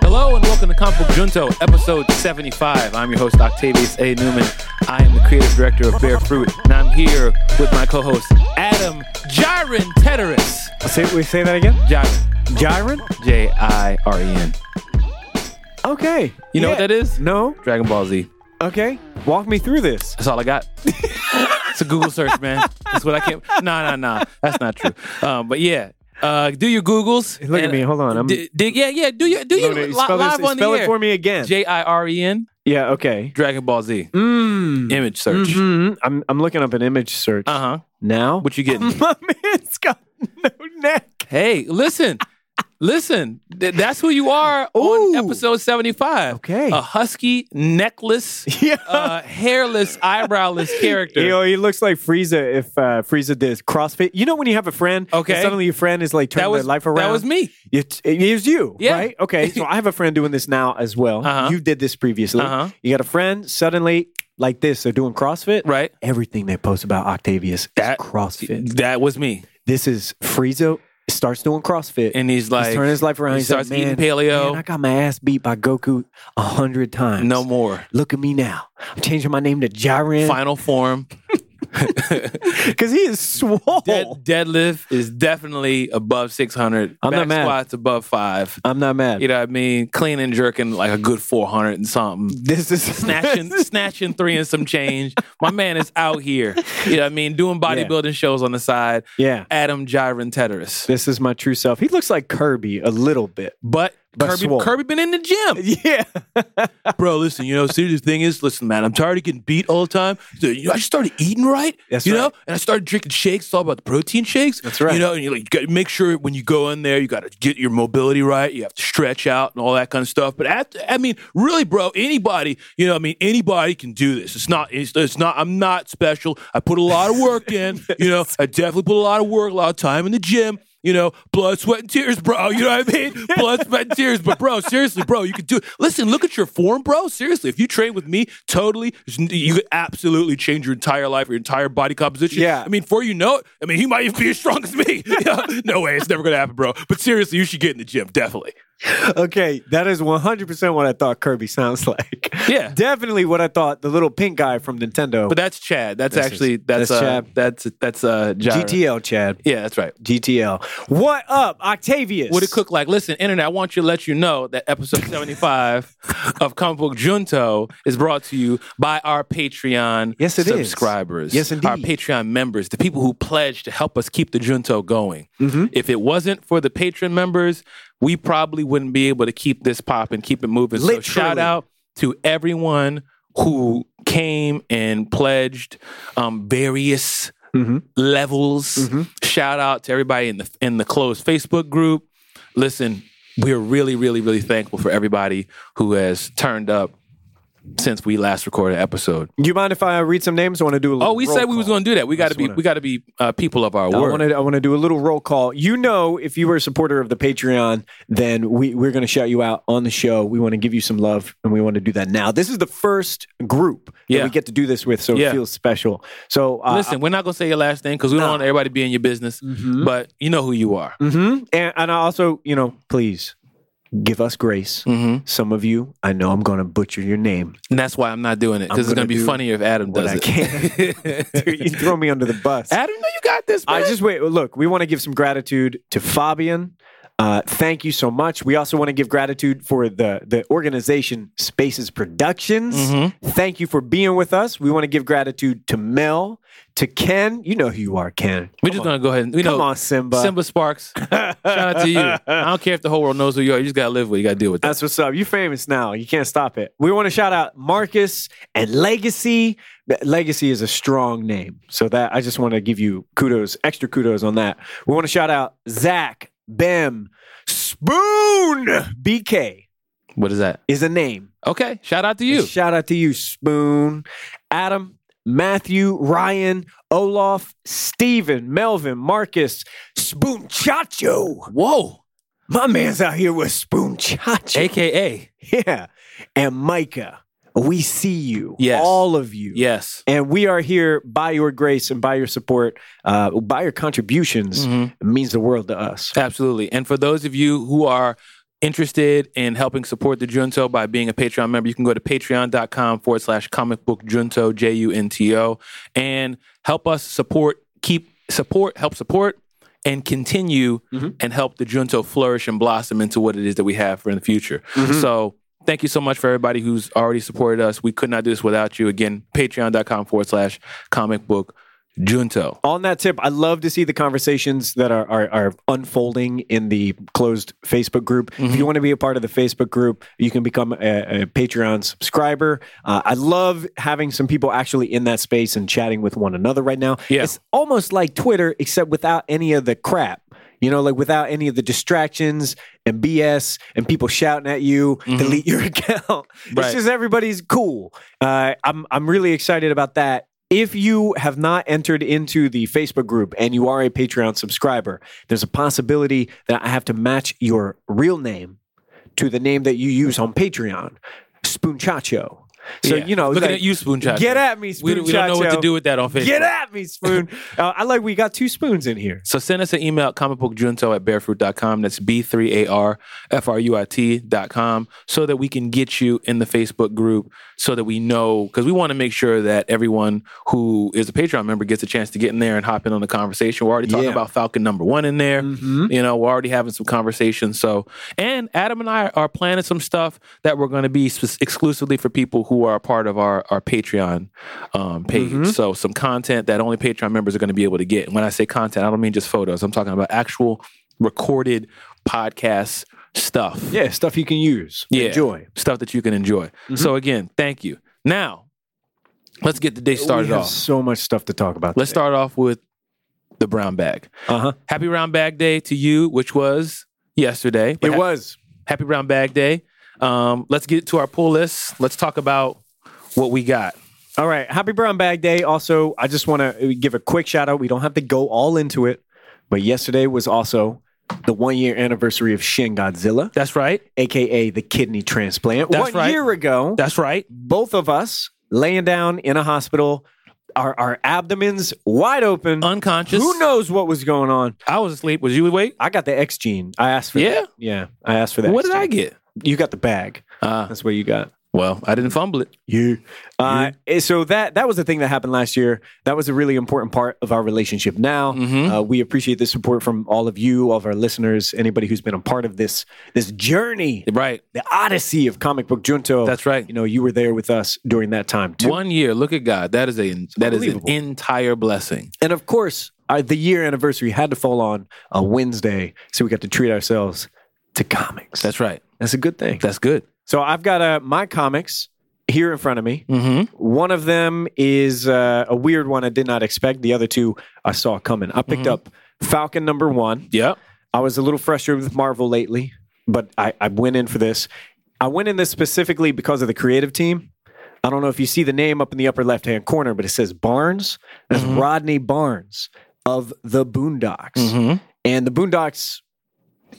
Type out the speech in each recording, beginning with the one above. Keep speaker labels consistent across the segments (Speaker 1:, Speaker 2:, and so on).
Speaker 1: Hello and welcome to Comic Book Junto, episode 75. I'm your host, Octavius A. Newman. I am the creative director of Bear Fruit, and I'm here with my co host, Adam Jiren Teteris.
Speaker 2: Say, we say that again?
Speaker 1: Jiren,
Speaker 2: Gyron?
Speaker 1: J I R E N.
Speaker 2: Okay.
Speaker 1: You know what that is?
Speaker 2: No?
Speaker 1: Dragon Ball Z.
Speaker 2: Okay. Walk me through this.
Speaker 1: That's all I got. it's a Google search, man. That's what I can't. Nah, nah, nah. That's not true. Um, but yeah. Uh, do your Googles.
Speaker 2: Look at
Speaker 1: and-
Speaker 2: me. Hold on. I'm
Speaker 1: D- dig- yeah, yeah. Do your do your li-
Speaker 2: Look,
Speaker 1: live
Speaker 2: spell this-
Speaker 1: on
Speaker 2: spell
Speaker 1: the
Speaker 2: it
Speaker 1: air.
Speaker 2: for me again.
Speaker 1: J I R E N.
Speaker 2: yeah, okay.
Speaker 1: Dragon Ball Z.
Speaker 2: Mm.
Speaker 1: Image search.
Speaker 2: Mhm. I'm, I'm looking up an image search.
Speaker 1: Uh huh.
Speaker 2: now?
Speaker 1: What you getting?
Speaker 2: My man's got no neck.
Speaker 1: hey, listen, listen. Th- that's who you are on
Speaker 2: Ooh.
Speaker 1: episode seventy-five.
Speaker 2: Okay.
Speaker 1: A husky, necklace,
Speaker 2: Yeah.
Speaker 1: uh, hairless, eyebrowless character.
Speaker 2: You know, he looks like Frieza if uh, Frieza did CrossFit. You know when you have a friend, and
Speaker 1: Okay.
Speaker 2: suddenly your friend is like turning
Speaker 1: that was
Speaker 2: their life around.
Speaker 1: That was me.
Speaker 2: It, it is you,
Speaker 1: Yeah.
Speaker 2: right? Okay, so I have a friend doing this now as well.
Speaker 1: Uh-huh.
Speaker 2: You did this previously.
Speaker 1: Uh-huh.
Speaker 2: You got a friend suddenly like this. They're doing CrossFit.
Speaker 1: Right.
Speaker 2: Everything they post about Octavius is
Speaker 1: That-
Speaker 2: CrossFit.
Speaker 1: That was me.
Speaker 2: This is Friezo starts doing CrossFit.
Speaker 1: And he's like,
Speaker 2: he's turning his life around.
Speaker 1: he
Speaker 2: He's like,
Speaker 1: starts eating
Speaker 2: "Man,
Speaker 1: paleo."
Speaker 2: Man, I got my ass beat by Goku a hundred times.
Speaker 1: no more.
Speaker 2: Look at me now. I'm changing my name to Jiren
Speaker 1: Final form.
Speaker 2: because he is swole.
Speaker 1: Dead, deadlift is definitely above 600.
Speaker 2: I'm
Speaker 1: Back
Speaker 2: not mad.
Speaker 1: squats above five.
Speaker 2: I'm not mad.
Speaker 1: You know what I mean? Clean and jerking like a good 400 and something.
Speaker 2: this is
Speaker 1: Snatching, snatching three and some change. My man is out here. You know what I mean? Doing bodybuilding shows on the side.
Speaker 2: yeah.
Speaker 1: Adam Jiren Teteris.
Speaker 2: This is my true self. He looks like Kirby a little bit.
Speaker 1: But,
Speaker 2: But
Speaker 1: Kirby,
Speaker 2: swole.
Speaker 1: Kirby been in the gym.
Speaker 2: Yeah.
Speaker 1: Bro, listen, you know, serious thing is, listen, man, I'm tired of getting beat all the time. So, you know, I just started eating right.
Speaker 2: That's
Speaker 1: you
Speaker 2: right.
Speaker 1: know, and I started drinking shakes. It's all about the protein shakes. That's
Speaker 2: right.
Speaker 1: You know, and you like you gotta make sure when you go in there, you gotta get your mobility right. You have to stretch out and all that kind of stuff. But at, I mean, really, bro, anybody, you know, I mean, anybody can do this. It's not, it's, it's not. I'm not special. I put a lot of work in. You know, I definitely put a lot of work, a lot of time in the gym. You know, blood, sweat, and tears, bro. You know what I mean? Blood, sweat, and tears. But, bro, seriously, bro, you could do it. Listen, look at your form, bro. Seriously, if you train with me, totally, you could absolutely change your entire life, your entire body composition.
Speaker 2: Yeah.
Speaker 1: I mean, before you know it, I mean, he might even be as strong as me. Yeah. no way, it's never going to happen, bro. But seriously, you should get in the gym, definitely.
Speaker 2: Okay, that is 100% what I thought Kirby sounds like.
Speaker 1: Yeah.
Speaker 2: Definitely what I thought the little pink guy from Nintendo.
Speaker 1: But that's Chad. That's
Speaker 2: This is-
Speaker 1: actually, that's,
Speaker 2: that's
Speaker 1: uh,
Speaker 2: Chad.
Speaker 1: that's, that's, uh, Jira.
Speaker 2: GTL, Chad.
Speaker 1: Yeah, that's right.
Speaker 2: GTL. What up, Octavius?
Speaker 1: What it cook like? Listen, internet, I want you to let you know that episode 75 of Comic Book Junto is brought to you by our Patreon
Speaker 2: Yes, it is.
Speaker 1: subscribers.
Speaker 2: Yes,
Speaker 1: Our
Speaker 2: indeed.
Speaker 1: Patreon members, the people who pledge to help us keep the Junto going.
Speaker 2: Mm-hmm.
Speaker 1: If it wasn't for the patron members, we probably wouldn't be able to keep this popping, keep it moving.
Speaker 2: Literally.
Speaker 1: So shout out to everyone who came and pledged um, various
Speaker 2: Mm-hmm.
Speaker 1: levels. Shout out to everybody in the in the closed Facebook group. Listen, we're really, really, really thankful for everybody who has turned up since we last recorded an episode.
Speaker 2: You mind if I read some names? I want to do a
Speaker 1: Oh,
Speaker 2: little
Speaker 1: we said we was going to do that. We got to
Speaker 2: just
Speaker 1: be
Speaker 2: wanna-
Speaker 1: we got to be uh, people of our
Speaker 2: I
Speaker 1: word.
Speaker 2: want to I want to do a little roll call. You know, if you were a supporter of the Patreon, then we, we're going to shout you out on the show. We want to give you some love, and we want to do that now. This is the first group
Speaker 1: Yeah.
Speaker 2: that we get to do this with, so
Speaker 1: Yeah.
Speaker 2: it feels special. So uh,
Speaker 1: Listen, we're not gonna say your last name because we don't
Speaker 2: Nah. Mm-hmm.
Speaker 1: want everybody to be in your business. But you know who you are.
Speaker 2: hmm And, and I also, you know, please give us grace.
Speaker 1: Mhm.
Speaker 2: Some of you, I know I'm going to butcher your name.
Speaker 1: And that's why I'm not doing it because it's
Speaker 2: gonna
Speaker 1: gonna be
Speaker 2: do
Speaker 1: funnier if Adam
Speaker 2: But
Speaker 1: does
Speaker 2: I
Speaker 1: it.
Speaker 2: can't. Dude, you throw me under the bus.
Speaker 1: Adam, no, you got this. Man.
Speaker 2: I just wait. Look, we want to give some gratitude to Fabian. Uh, thank you so much. We also want to give gratitude for the the organization Spaces Productions.
Speaker 1: Mm-hmm.
Speaker 2: Thank you for being with us. We want to give gratitude to Mel, to Ken. You know who you are, Ken.
Speaker 1: we're just gonna go ahead and we
Speaker 2: Come
Speaker 1: know
Speaker 2: on, Simba.
Speaker 1: Simba Sparks. Shout out to you. I don't care if the whole world knows who you are. You just gotta live with. it. You gotta deal with that.
Speaker 2: That's what's up. You're famous now. You can't stop it. We want to shout out Marcus and Legacy. Legacy is a strong name. So that I just want to give you kudos, extra kudos on that. We want to shout out Zach, Bem, Spoon. BK
Speaker 1: What is that?
Speaker 2: is a name.
Speaker 1: Okay. Shout out to you.
Speaker 2: Shout out to you, Spoon. Adam, Matthew, Ryan, Olaf, Steven, Melvin, Marcus, Spoon Chacho.
Speaker 1: Whoa.
Speaker 2: My man's out here with Spoon Chacho.
Speaker 1: AKA.
Speaker 2: Yeah. And Micah, we see you.
Speaker 1: Yes.
Speaker 2: All of you.
Speaker 1: Yes.
Speaker 2: And we are here by your grace and by your support, uh,
Speaker 1: Mm-hmm.
Speaker 2: by your contributions. It means the world to us.
Speaker 1: Absolutely. And for those of you who are interested in helping support the Junto by being a Patreon member, you can go to patreon.com forward slash comic book Junto, J U N T O, and help us support, keep support, help support, and continue and help the Junto flourish and blossom into what it is that we have for in the future. So, Thank you so much for everybody who's already supported us. We could not do this without you. Again, patreon.com forward slash comic book junto.
Speaker 2: on that tip, I love to see the conversations that are, are, are unfolding in the closed Facebook group.
Speaker 1: Mm-hmm.
Speaker 2: If you want to be a part of the Facebook group, you can become a, a Patreon subscriber. Uh, I love having some people actually in that space and chatting with one another right now.
Speaker 1: Yeah.
Speaker 2: It's almost like Twitter, except without any of the crap. You know, like without any of the distractions and BS and people shouting at you, delete your account.
Speaker 1: Mm-hmm. Right.
Speaker 2: It's just everybody's cool. Uh, I'm I'm really excited about that. If you have not entered into the Facebook group and you are a Patreon subscriber, there's a possibility that I have to match your real name to the name that you use on Patreon, Spoonchacho. So
Speaker 1: Yeah.
Speaker 2: you know,
Speaker 1: looking
Speaker 2: like,
Speaker 1: at you, Spoon Chacho.
Speaker 2: Get at me,
Speaker 1: We,
Speaker 2: Spoon
Speaker 1: we don't know what to
Speaker 2: Chacho.
Speaker 1: do with that on Facebook.
Speaker 2: Get at me, Spoon. uh, I like we got two spoons in here.
Speaker 1: So send us an email at comicbookjunto at barefruit.com. That's B3ARFRUIT.com so that we can get you in the Facebook group so that we know, because we want to make sure that everyone who is a Patreon member gets a chance to get in there and hop in on the conversation. We're already talking
Speaker 2: Yeah.
Speaker 1: about Falcon number one in there. You know, we're already having some conversations. So, and Adam and I are planning some stuff that we're going to be sp- exclusively for people who are a part of our, our Patreon um, page.
Speaker 2: Mm-hmm.
Speaker 1: So, some content that only Patreon members are going to be able to get. And when I say content, I don't mean just photos, I'm talking about actual recorded podcast stuff.
Speaker 2: Yeah, Mm-hmm. stuff you can use.
Speaker 1: Yeah.
Speaker 2: Enjoy.
Speaker 1: Stuff that you can enjoy. So, again, thank you. Now, let's get the day started
Speaker 2: we have
Speaker 1: off.
Speaker 2: so much stuff to talk about.
Speaker 1: Let's start off with the brown bag.
Speaker 2: Uh huh.
Speaker 1: Happy Round Bag Day to you, which was yesterday. But
Speaker 2: It
Speaker 1: ha-
Speaker 2: was.
Speaker 1: Happy Round Bag Day. Um, let's get to our pull list. Let's talk about what we got.
Speaker 2: All right. Happy Brown Bag Day. Also, I just want to give a quick shout out. We don't have to go all into it, but yesterday was also the one year anniversary of Shin Godzilla,
Speaker 1: That's right.
Speaker 2: aka the kidney transplant.
Speaker 1: That's
Speaker 2: one
Speaker 1: right.
Speaker 2: year ago,
Speaker 1: That's right.
Speaker 2: both of us laying down in a hospital, our, our abdomens wide open.
Speaker 1: Unconscious.
Speaker 2: Who knows what was going on?
Speaker 1: I was asleep. Was you awake?
Speaker 2: I got the X gene. I asked for
Speaker 1: Yeah?
Speaker 2: that. Yeah. I asked for that.
Speaker 1: what did I
Speaker 2: X
Speaker 1: get?
Speaker 2: gene. You got the bag.
Speaker 1: Uh,
Speaker 2: That's what you got.
Speaker 1: well, I didn't fumble it.
Speaker 2: You. Uh, eh, So that that was the thing that happened last year. That was a really important part of our relationship. Now
Speaker 1: Mm-hmm.
Speaker 2: uh, we appreciate the support from all of you, all of our listeners, anybody who's been a part of this this journey,
Speaker 1: Right.
Speaker 2: the odyssey of comic book junto.
Speaker 1: That's right.
Speaker 2: You know, you were there with us during that time too.
Speaker 1: One year. Look at God. That is a that is an
Speaker 2: unbelievable.
Speaker 1: entire blessing.
Speaker 2: And of course, our, the year anniversary had to fall on a Wednesday, so we got to treat ourselves to comics.
Speaker 1: That's right.
Speaker 2: That's a good thing.
Speaker 1: That's good.
Speaker 2: So I've got uh, my comics here in front of me.
Speaker 1: Mm-hmm.
Speaker 2: One of them is uh, a weird one I did not expect. The other two I saw coming. I picked up Falcon number one.
Speaker 1: Yep.
Speaker 2: I was a little frustrated with Marvel lately, but I, I went in for this. I went in this specifically because of the creative team. I don't know if you see the name up in the upper left hand corner, but it says Barnes. That's Rodney Barnes of the Boondocks.
Speaker 1: Mhm.
Speaker 2: And the Boondocks,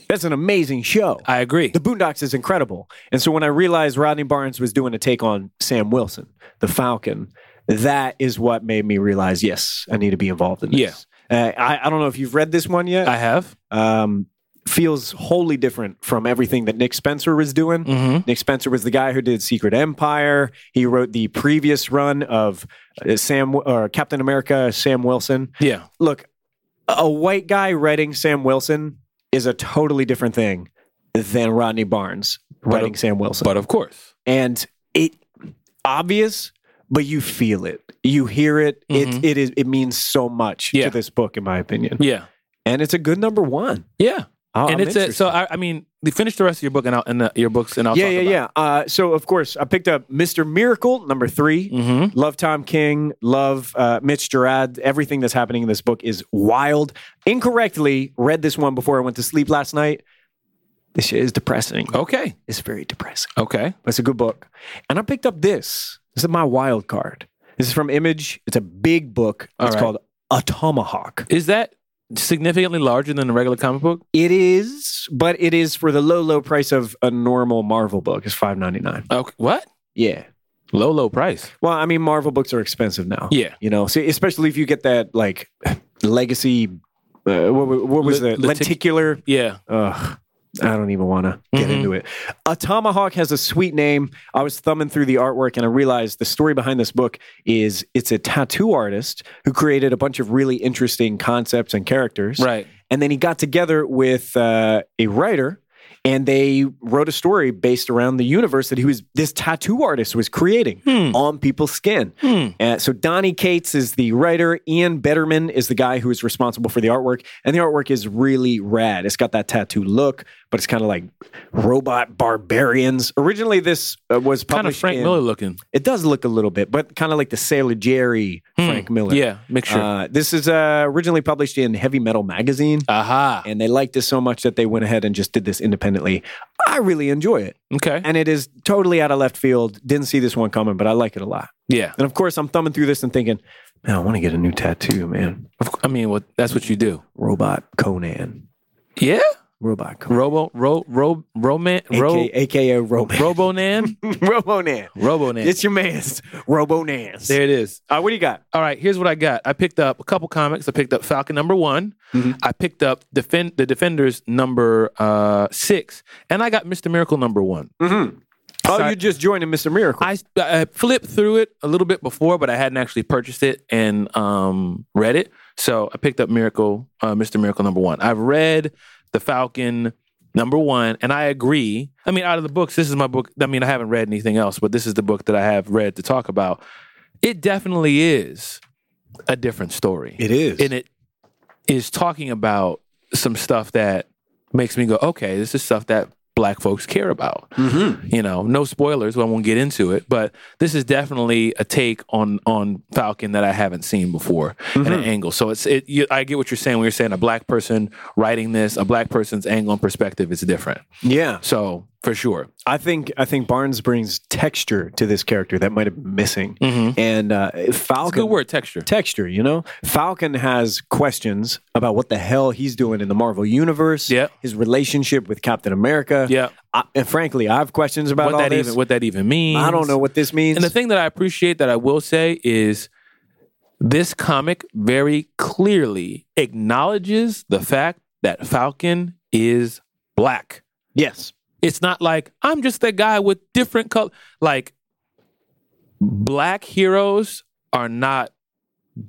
Speaker 2: that's an amazing show.
Speaker 1: I agree.
Speaker 2: The Boondocks is incredible. And so when I realized Rodney Barnes was doing a take on Sam Wilson, the Falcon, that is what made me realize, yes, I need to be involved in this.
Speaker 1: Yeah.
Speaker 2: Uh, I, I don't know if you've read this one yet.
Speaker 1: I have.
Speaker 2: um, feels wholly different from everything that Nick Spencer was doing.
Speaker 1: Mm-hmm.
Speaker 2: Nick Spencer was the guy who did Secret Empire. He wrote the previous run of uh, Sam or Captain America, Sam Wilson
Speaker 1: Yeah.
Speaker 2: look, a white guy writing Sam Wilson is a totally different thing than Rodney Barnes writing Sam Wilson.
Speaker 1: But of course.
Speaker 2: and it obvious, but you feel it. You hear it.
Speaker 1: Mhm.
Speaker 2: It it is it means so much
Speaker 1: Yeah.
Speaker 2: to this book, in my opinion.
Speaker 1: Yeah.
Speaker 2: And it's a good number one.
Speaker 1: Yeah.
Speaker 2: I-
Speaker 1: and
Speaker 2: Oh, I'm
Speaker 1: it's a, so
Speaker 2: interested.
Speaker 1: I, I mean, they finish the rest of your book and, I'll, and the, your books and I'll
Speaker 2: yeah,
Speaker 1: talk
Speaker 2: yeah, yeah. Uh, so of course I picked up Mr. Miracle number 3
Speaker 1: about. Mm-hmm.
Speaker 2: Love Tom King, love uh, Mitch Gerard. Everything that's happening in this book is wild. Incorrectly read this one before I went to sleep last night. This shit is depressing.
Speaker 1: Okay.
Speaker 2: It's very depressing.
Speaker 1: Okay.
Speaker 2: But it's a good book. And I picked up this. This is my wild card. This is from Image. It's a big book.
Speaker 1: All
Speaker 2: It's
Speaker 1: right.
Speaker 2: called Atomahawk.
Speaker 1: Is that significantly larger than the regular comic book?
Speaker 2: It is, but it is for the low, low price of a normal Marvel book. It's five ninety nine.
Speaker 1: Okay. What?
Speaker 2: Yeah.
Speaker 1: Low, low price.
Speaker 2: Well, I mean, Marvel books are expensive now.
Speaker 1: Yeah.
Speaker 2: you know, so especially if you get that like legacy. Uh, what, wa- what was
Speaker 1: Lit-
Speaker 2: it?
Speaker 1: litic-
Speaker 2: Lenticular.
Speaker 1: Yeah.
Speaker 2: Ugh, I don't even want to get
Speaker 1: Mhm.
Speaker 2: into it. A tomahawk has a sweet name. I was thumbing through the artwork and I realized the story behind this book is it's a tattoo artist who created a bunch of really interesting concepts and characters.
Speaker 1: Right.
Speaker 2: And then he got together with uh, a writer and they wrote a story based around the universe that he was this tattoo artist was creating
Speaker 1: Hmm.
Speaker 2: on people's skin. Uh, so Donnie Cates is the writer. Ian Betterman is the guy who is responsible for the artwork, and the artwork is really rad. It's got that tattoo look, but it's kind of like robot barbarians. Originally, this uh, was
Speaker 1: Kind of
Speaker 2: published
Speaker 1: Frank
Speaker 2: in-
Speaker 1: Miller looking.
Speaker 2: It does look a little bit, but kind of like the Sailor Jerry Frank Miller.
Speaker 1: Hmm. Yeah, mixture.
Speaker 2: Uh, this is uh, originally published in Heavy Metal magazine,
Speaker 1: Aha.
Speaker 2: and they liked it so much that they went ahead and just did this independently. I really enjoy it,
Speaker 1: Okay.
Speaker 2: and it is totally out of left field. Didn't see this one coming, but I like it a lot.
Speaker 1: Yeah.
Speaker 2: And of course, I'm thumbing through this and thinking, man, I want to get a new tattoo, man.
Speaker 1: Of cou- I mean, what? That's what you do.
Speaker 2: Robot Conan.
Speaker 1: Yeah.
Speaker 2: Robot Conan.
Speaker 1: Robo. Ro. Ro. Roman. Ro.
Speaker 2: AKA, AKA Robo.
Speaker 1: Robonan.
Speaker 2: Robonan.
Speaker 1: Robonan.
Speaker 2: It's your man's. Robonan.
Speaker 1: there it is.
Speaker 2: Uh, what do you got?
Speaker 1: All right, here's what I got. I picked up a couple comics. I picked up Falcon number one. I picked up Defend the Defenders number uh, six, and I got Mister Miracle number one.
Speaker 2: Oh, you just joined in Mr. Miracle.
Speaker 1: I, I uh, flipped through it a little bit before, but I hadn't actually purchased it and um, read it. So I picked up Miracle, uh, Mr. Miracle number one. I've read The Falcon number one, and I agree. I mean, out of the books, this is my book. I mean, I haven't read anything else, but this is the book that I have read to talk about. It definitely is a different story.
Speaker 2: it is.
Speaker 1: And it is talking about some stuff that makes me go, okay, this is stuff that black folks care about.
Speaker 2: Mm-hmm.
Speaker 1: You know, no spoilers, I won't get into it, but this is definitely a take on on Falcon that I haven't seen before at
Speaker 2: Mm-hmm.
Speaker 1: an angle. So it's it you, I get what you're saying when you're saying a black person writing this, a black person's angle and perspective is different.
Speaker 2: yeah.
Speaker 1: So, for sure.
Speaker 2: I think I think Barnes brings texture to this character that might have been missing. And uh,
Speaker 1: It's a
Speaker 2: Falcon
Speaker 1: good word texture.
Speaker 2: texture, you know? Falcon has questions about what the hell he's doing in the Marvel Universe,
Speaker 1: Yeah.
Speaker 2: his relationship with Captain America.
Speaker 1: Yeah.
Speaker 2: I, and frankly, I have questions about
Speaker 1: What
Speaker 2: all
Speaker 1: that
Speaker 2: this.
Speaker 1: even what that even means.
Speaker 2: I don't know what this means.
Speaker 1: And the thing that I appreciate that I will say is this comic very clearly acknowledges the fact that Falcon is black.
Speaker 2: yes.
Speaker 1: It's not like I'm just that guy with different color. Like black heroes are not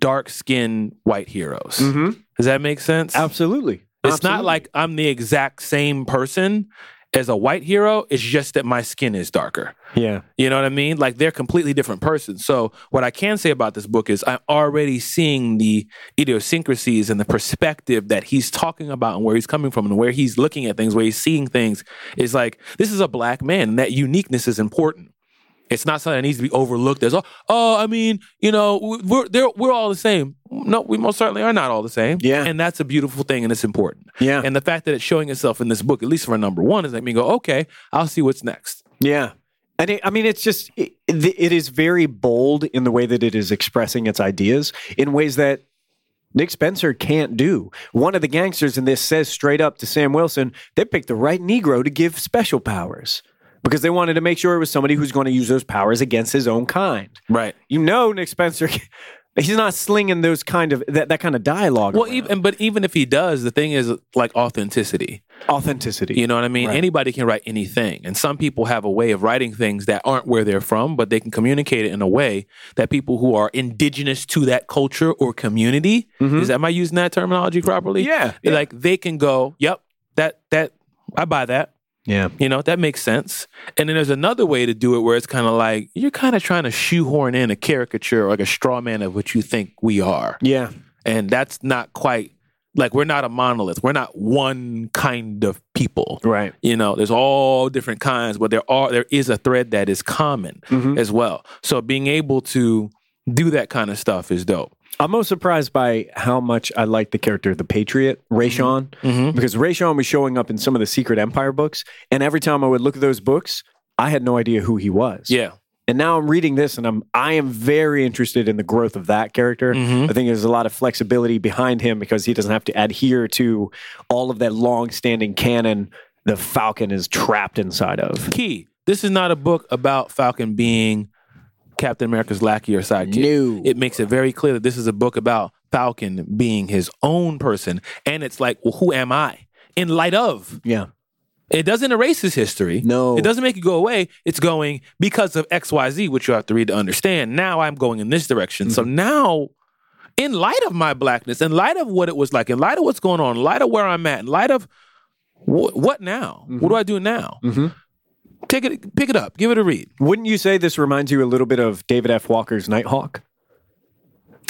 Speaker 1: dark skinned white heroes.
Speaker 2: Mm-hmm.
Speaker 1: Does that make sense?
Speaker 2: Absolutely.
Speaker 1: It's not like I'm the exact same person as a white hero. It's just that my skin is darker.
Speaker 2: Yeah.
Speaker 1: You know what I mean? Like they're completely different persons. So what I can say about this book is I'm already seeing the idiosyncrasies and the perspective that he's talking about and where he's coming from and where he's looking at things, where he's seeing things. Is like this is a black man, and that uniqueness is important. It's not something that needs to be overlooked as oh, oh I mean, you know, we're they're, we're all the same. No, we most certainly are not all the same.
Speaker 2: Yeah.
Speaker 1: and that's a beautiful thing, and it's important.
Speaker 2: Yeah.
Speaker 1: and the fact that it's showing itself in this book, at least for number one, is making me go, okay, I'll see what's next.
Speaker 2: Yeah. And it, I mean, it's just, it, it is very bold in the way that it is expressing its ideas in ways that Nick Spencer can't do. One of the gangsters in this says straight up to Sam Wilson, they picked the right Negro to give special powers because they wanted to make sure it was somebody who's going to use those powers against his own kind.
Speaker 1: Right.
Speaker 2: You know, Nick Spencer, he's not slinging those kind of, that, that kind of dialogue.
Speaker 1: Well,
Speaker 2: around.
Speaker 1: even but even if he does, the thing is like authenticity.
Speaker 2: authenticity.
Speaker 1: You know what I mean? Anybody can write anything, and some people have a way of writing things that aren't where they're from, but they can communicate it in a way that people who are indigenous to that culture or community is. Am I using that terminology properly?
Speaker 2: Mm-hmm. Yeah, yeah.
Speaker 1: Like they can go, "Yep, that that I buy that."
Speaker 2: yeah.
Speaker 1: You know, that makes sense. And then there's another way to do it where it's kind of like you're kind of trying to shoehorn in a caricature or like a straw man of what you think we are.
Speaker 2: Yeah.
Speaker 1: And that's not quite like we're not a monolith. We're not one kind of people.
Speaker 2: Right.
Speaker 1: You know, there's all different kinds, but there are there is a thread that is common as well. So being able to do that kind of stuff is dope.
Speaker 2: I'm most surprised by how much I like the character of the Patriot, Rayshon, because Rayshon was showing up in some of the Secret Empire books, and every time I would look at those books, I had no idea who he was.
Speaker 1: Yeah.
Speaker 2: And now I'm reading this, and I'm I am very interested in the growth of that character. I think there's a lot of flexibility behind him because he doesn't have to adhere to all of that long-standing canon the Falcon is trapped inside of.
Speaker 1: Key. This is not a book about Falcon being Captain America's lackey or sidekick.
Speaker 2: No.
Speaker 1: It makes it very clear that this is a book about Falcon being his own person. And it's like, well, who am I? In light of
Speaker 2: Yeah.
Speaker 1: It doesn't erase his history.
Speaker 2: No.
Speaker 1: It doesn't make it go away. It's going because of XYZ, which you have to read to understand. Now I'm going in this direction. So
Speaker 2: Mm-hmm.
Speaker 1: now, in light of my blackness, in light of what it was like, in light of what's going on, in light of where I'm at, in light of wh- what now?
Speaker 2: Mm-hmm.
Speaker 1: What do I do now?
Speaker 2: Mhm.
Speaker 1: Take it, pick it up, give it a read.
Speaker 2: Wouldn't you say this reminds you a little bit of David F. Walker's Nighthawk?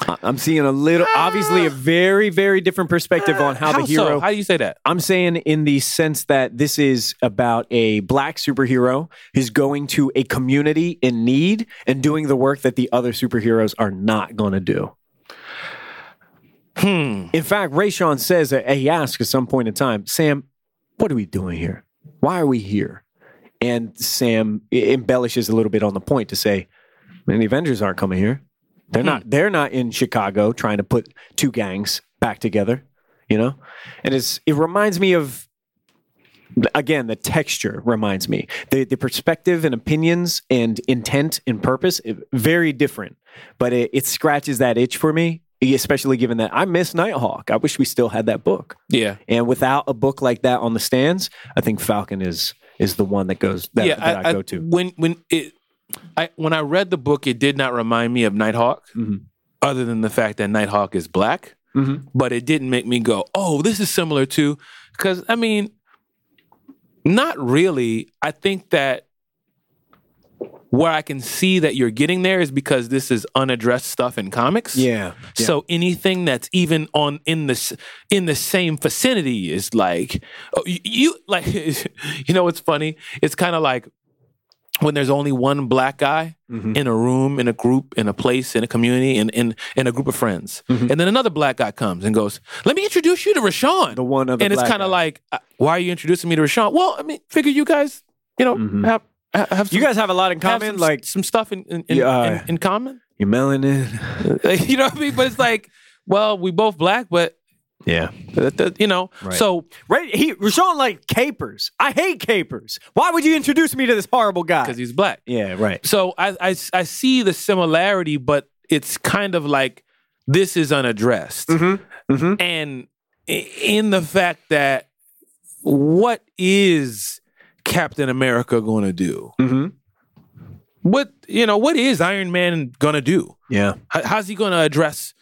Speaker 2: I- I'm seeing a little, obviously, a very, very different perspective on how, the
Speaker 1: so?
Speaker 2: hero.
Speaker 1: How do you say that?
Speaker 2: I'm saying in the sense that this is about a black superhero who's going to a community in need and doing the work that the other superheroes are not going to do.
Speaker 1: Hmm.
Speaker 2: In fact, Rayshon says, uh, he asks at some point in time, Sam, what are we doing here? Why are we here? And Sam i- embellishes a little bit on the point to say, man, the Avengers aren't coming here. They're not.
Speaker 1: Mm-hmm.
Speaker 2: They're not in Chicago trying to put two gangs back together. You know, and it's it reminds me of again the texture reminds me the the perspective and opinions and intent and purpose eh, very different, but it, it scratches that itch for me. Especially given that I miss Nighthawk. I wish we still had that book.
Speaker 1: Yeah.
Speaker 2: And without a book like that on the stands, I think Falcon is is the one that goes that,
Speaker 1: yeah,
Speaker 2: that I, go to.
Speaker 1: When when it I when I read the book, it did not remind me of Nighthawk,
Speaker 2: Mhm.
Speaker 1: other than the fact that Nighthawk is black.
Speaker 2: Mhm.
Speaker 1: But it didn't make me go, "Oh, this is similar to," because I mean, not really. I think that where I can see that you're getting there is because this is unaddressed stuff in comics.
Speaker 2: Yeah. yeah.
Speaker 1: So anything that's even on in this in the same vicinity is like oh, you, you like you know what's funny? It's kind of like when there's only one black guy
Speaker 2: Mhm.
Speaker 1: in a room, in a group, in a place, in a community, in in, in a group of friends,
Speaker 2: Mm-hmm.
Speaker 1: and then another black guy comes and goes, "Let me introduce you to Rashawn."
Speaker 2: The one other
Speaker 1: and it's
Speaker 2: black
Speaker 1: kind
Speaker 2: guy.
Speaker 1: of like, uh, "Why are you introducing me to Rashawn?" Well, I mean, figure you guys, you know, have have have some,
Speaker 2: Mm-hmm. you guys have a lot in
Speaker 1: have
Speaker 2: common,
Speaker 1: some,
Speaker 2: like
Speaker 1: some stuff in in, in,
Speaker 2: Yeah.
Speaker 1: in, in common.
Speaker 2: your melanin.
Speaker 1: you know what I mean? But it's like, well, we both black, but
Speaker 2: Yeah.
Speaker 1: th- th- you know,
Speaker 2: Right.
Speaker 1: so
Speaker 2: Right? He Rashawn like capers. I hate capers. Why would you introduce me to this horrible guy?
Speaker 1: because he's black.
Speaker 2: Yeah, right.
Speaker 1: So I, I I see the similarity, but it's kind of like this is unaddressed,
Speaker 2: Mm-hmm.
Speaker 1: and i- in the fact that what is Captain America going to do?
Speaker 2: Mm-hmm.
Speaker 1: What you know, what is Iron Man going to do?
Speaker 2: Yeah.
Speaker 1: How, how's he going to address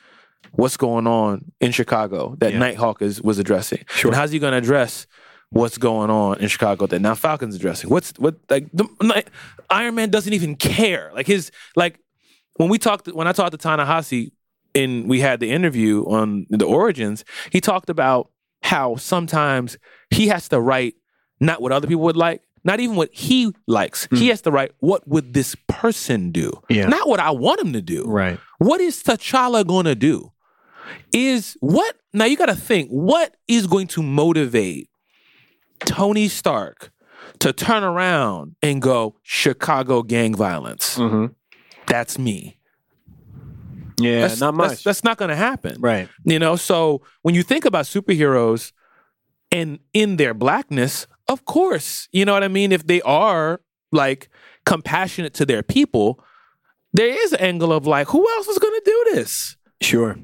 Speaker 1: what's going on in Chicago that
Speaker 2: Yeah.
Speaker 1: Nighthawk is was addressing?
Speaker 2: Sure.
Speaker 1: And how's he going to address what's going on in Chicago that now Falcon's addressing? What's what like the, like, Iron Man doesn't even care. Like his like when we talked when I talked to Tanahasi and we had the interview on the origins, he talked about how sometimes he has to write not what other people would like, not even what he likes. He has to write what would this person do,
Speaker 2: Hmm. Yeah.
Speaker 1: not what I want him to do.
Speaker 2: Right.
Speaker 1: What is T'Challa gonna do? Is what now you gotta think, what is going to motivate Tony Stark to turn around and go, Chicago gang violence?
Speaker 2: Mhm.
Speaker 1: That's me.
Speaker 2: Yeah,
Speaker 1: that's
Speaker 2: not much.
Speaker 1: That's, that's not gonna happen.
Speaker 2: right.
Speaker 1: You know, so when you think about superheroes and in their blackness, of course, you know what I mean? If they are like compassionate to their people, there is an angle of like, who else is gonna do this?
Speaker 2: Sure.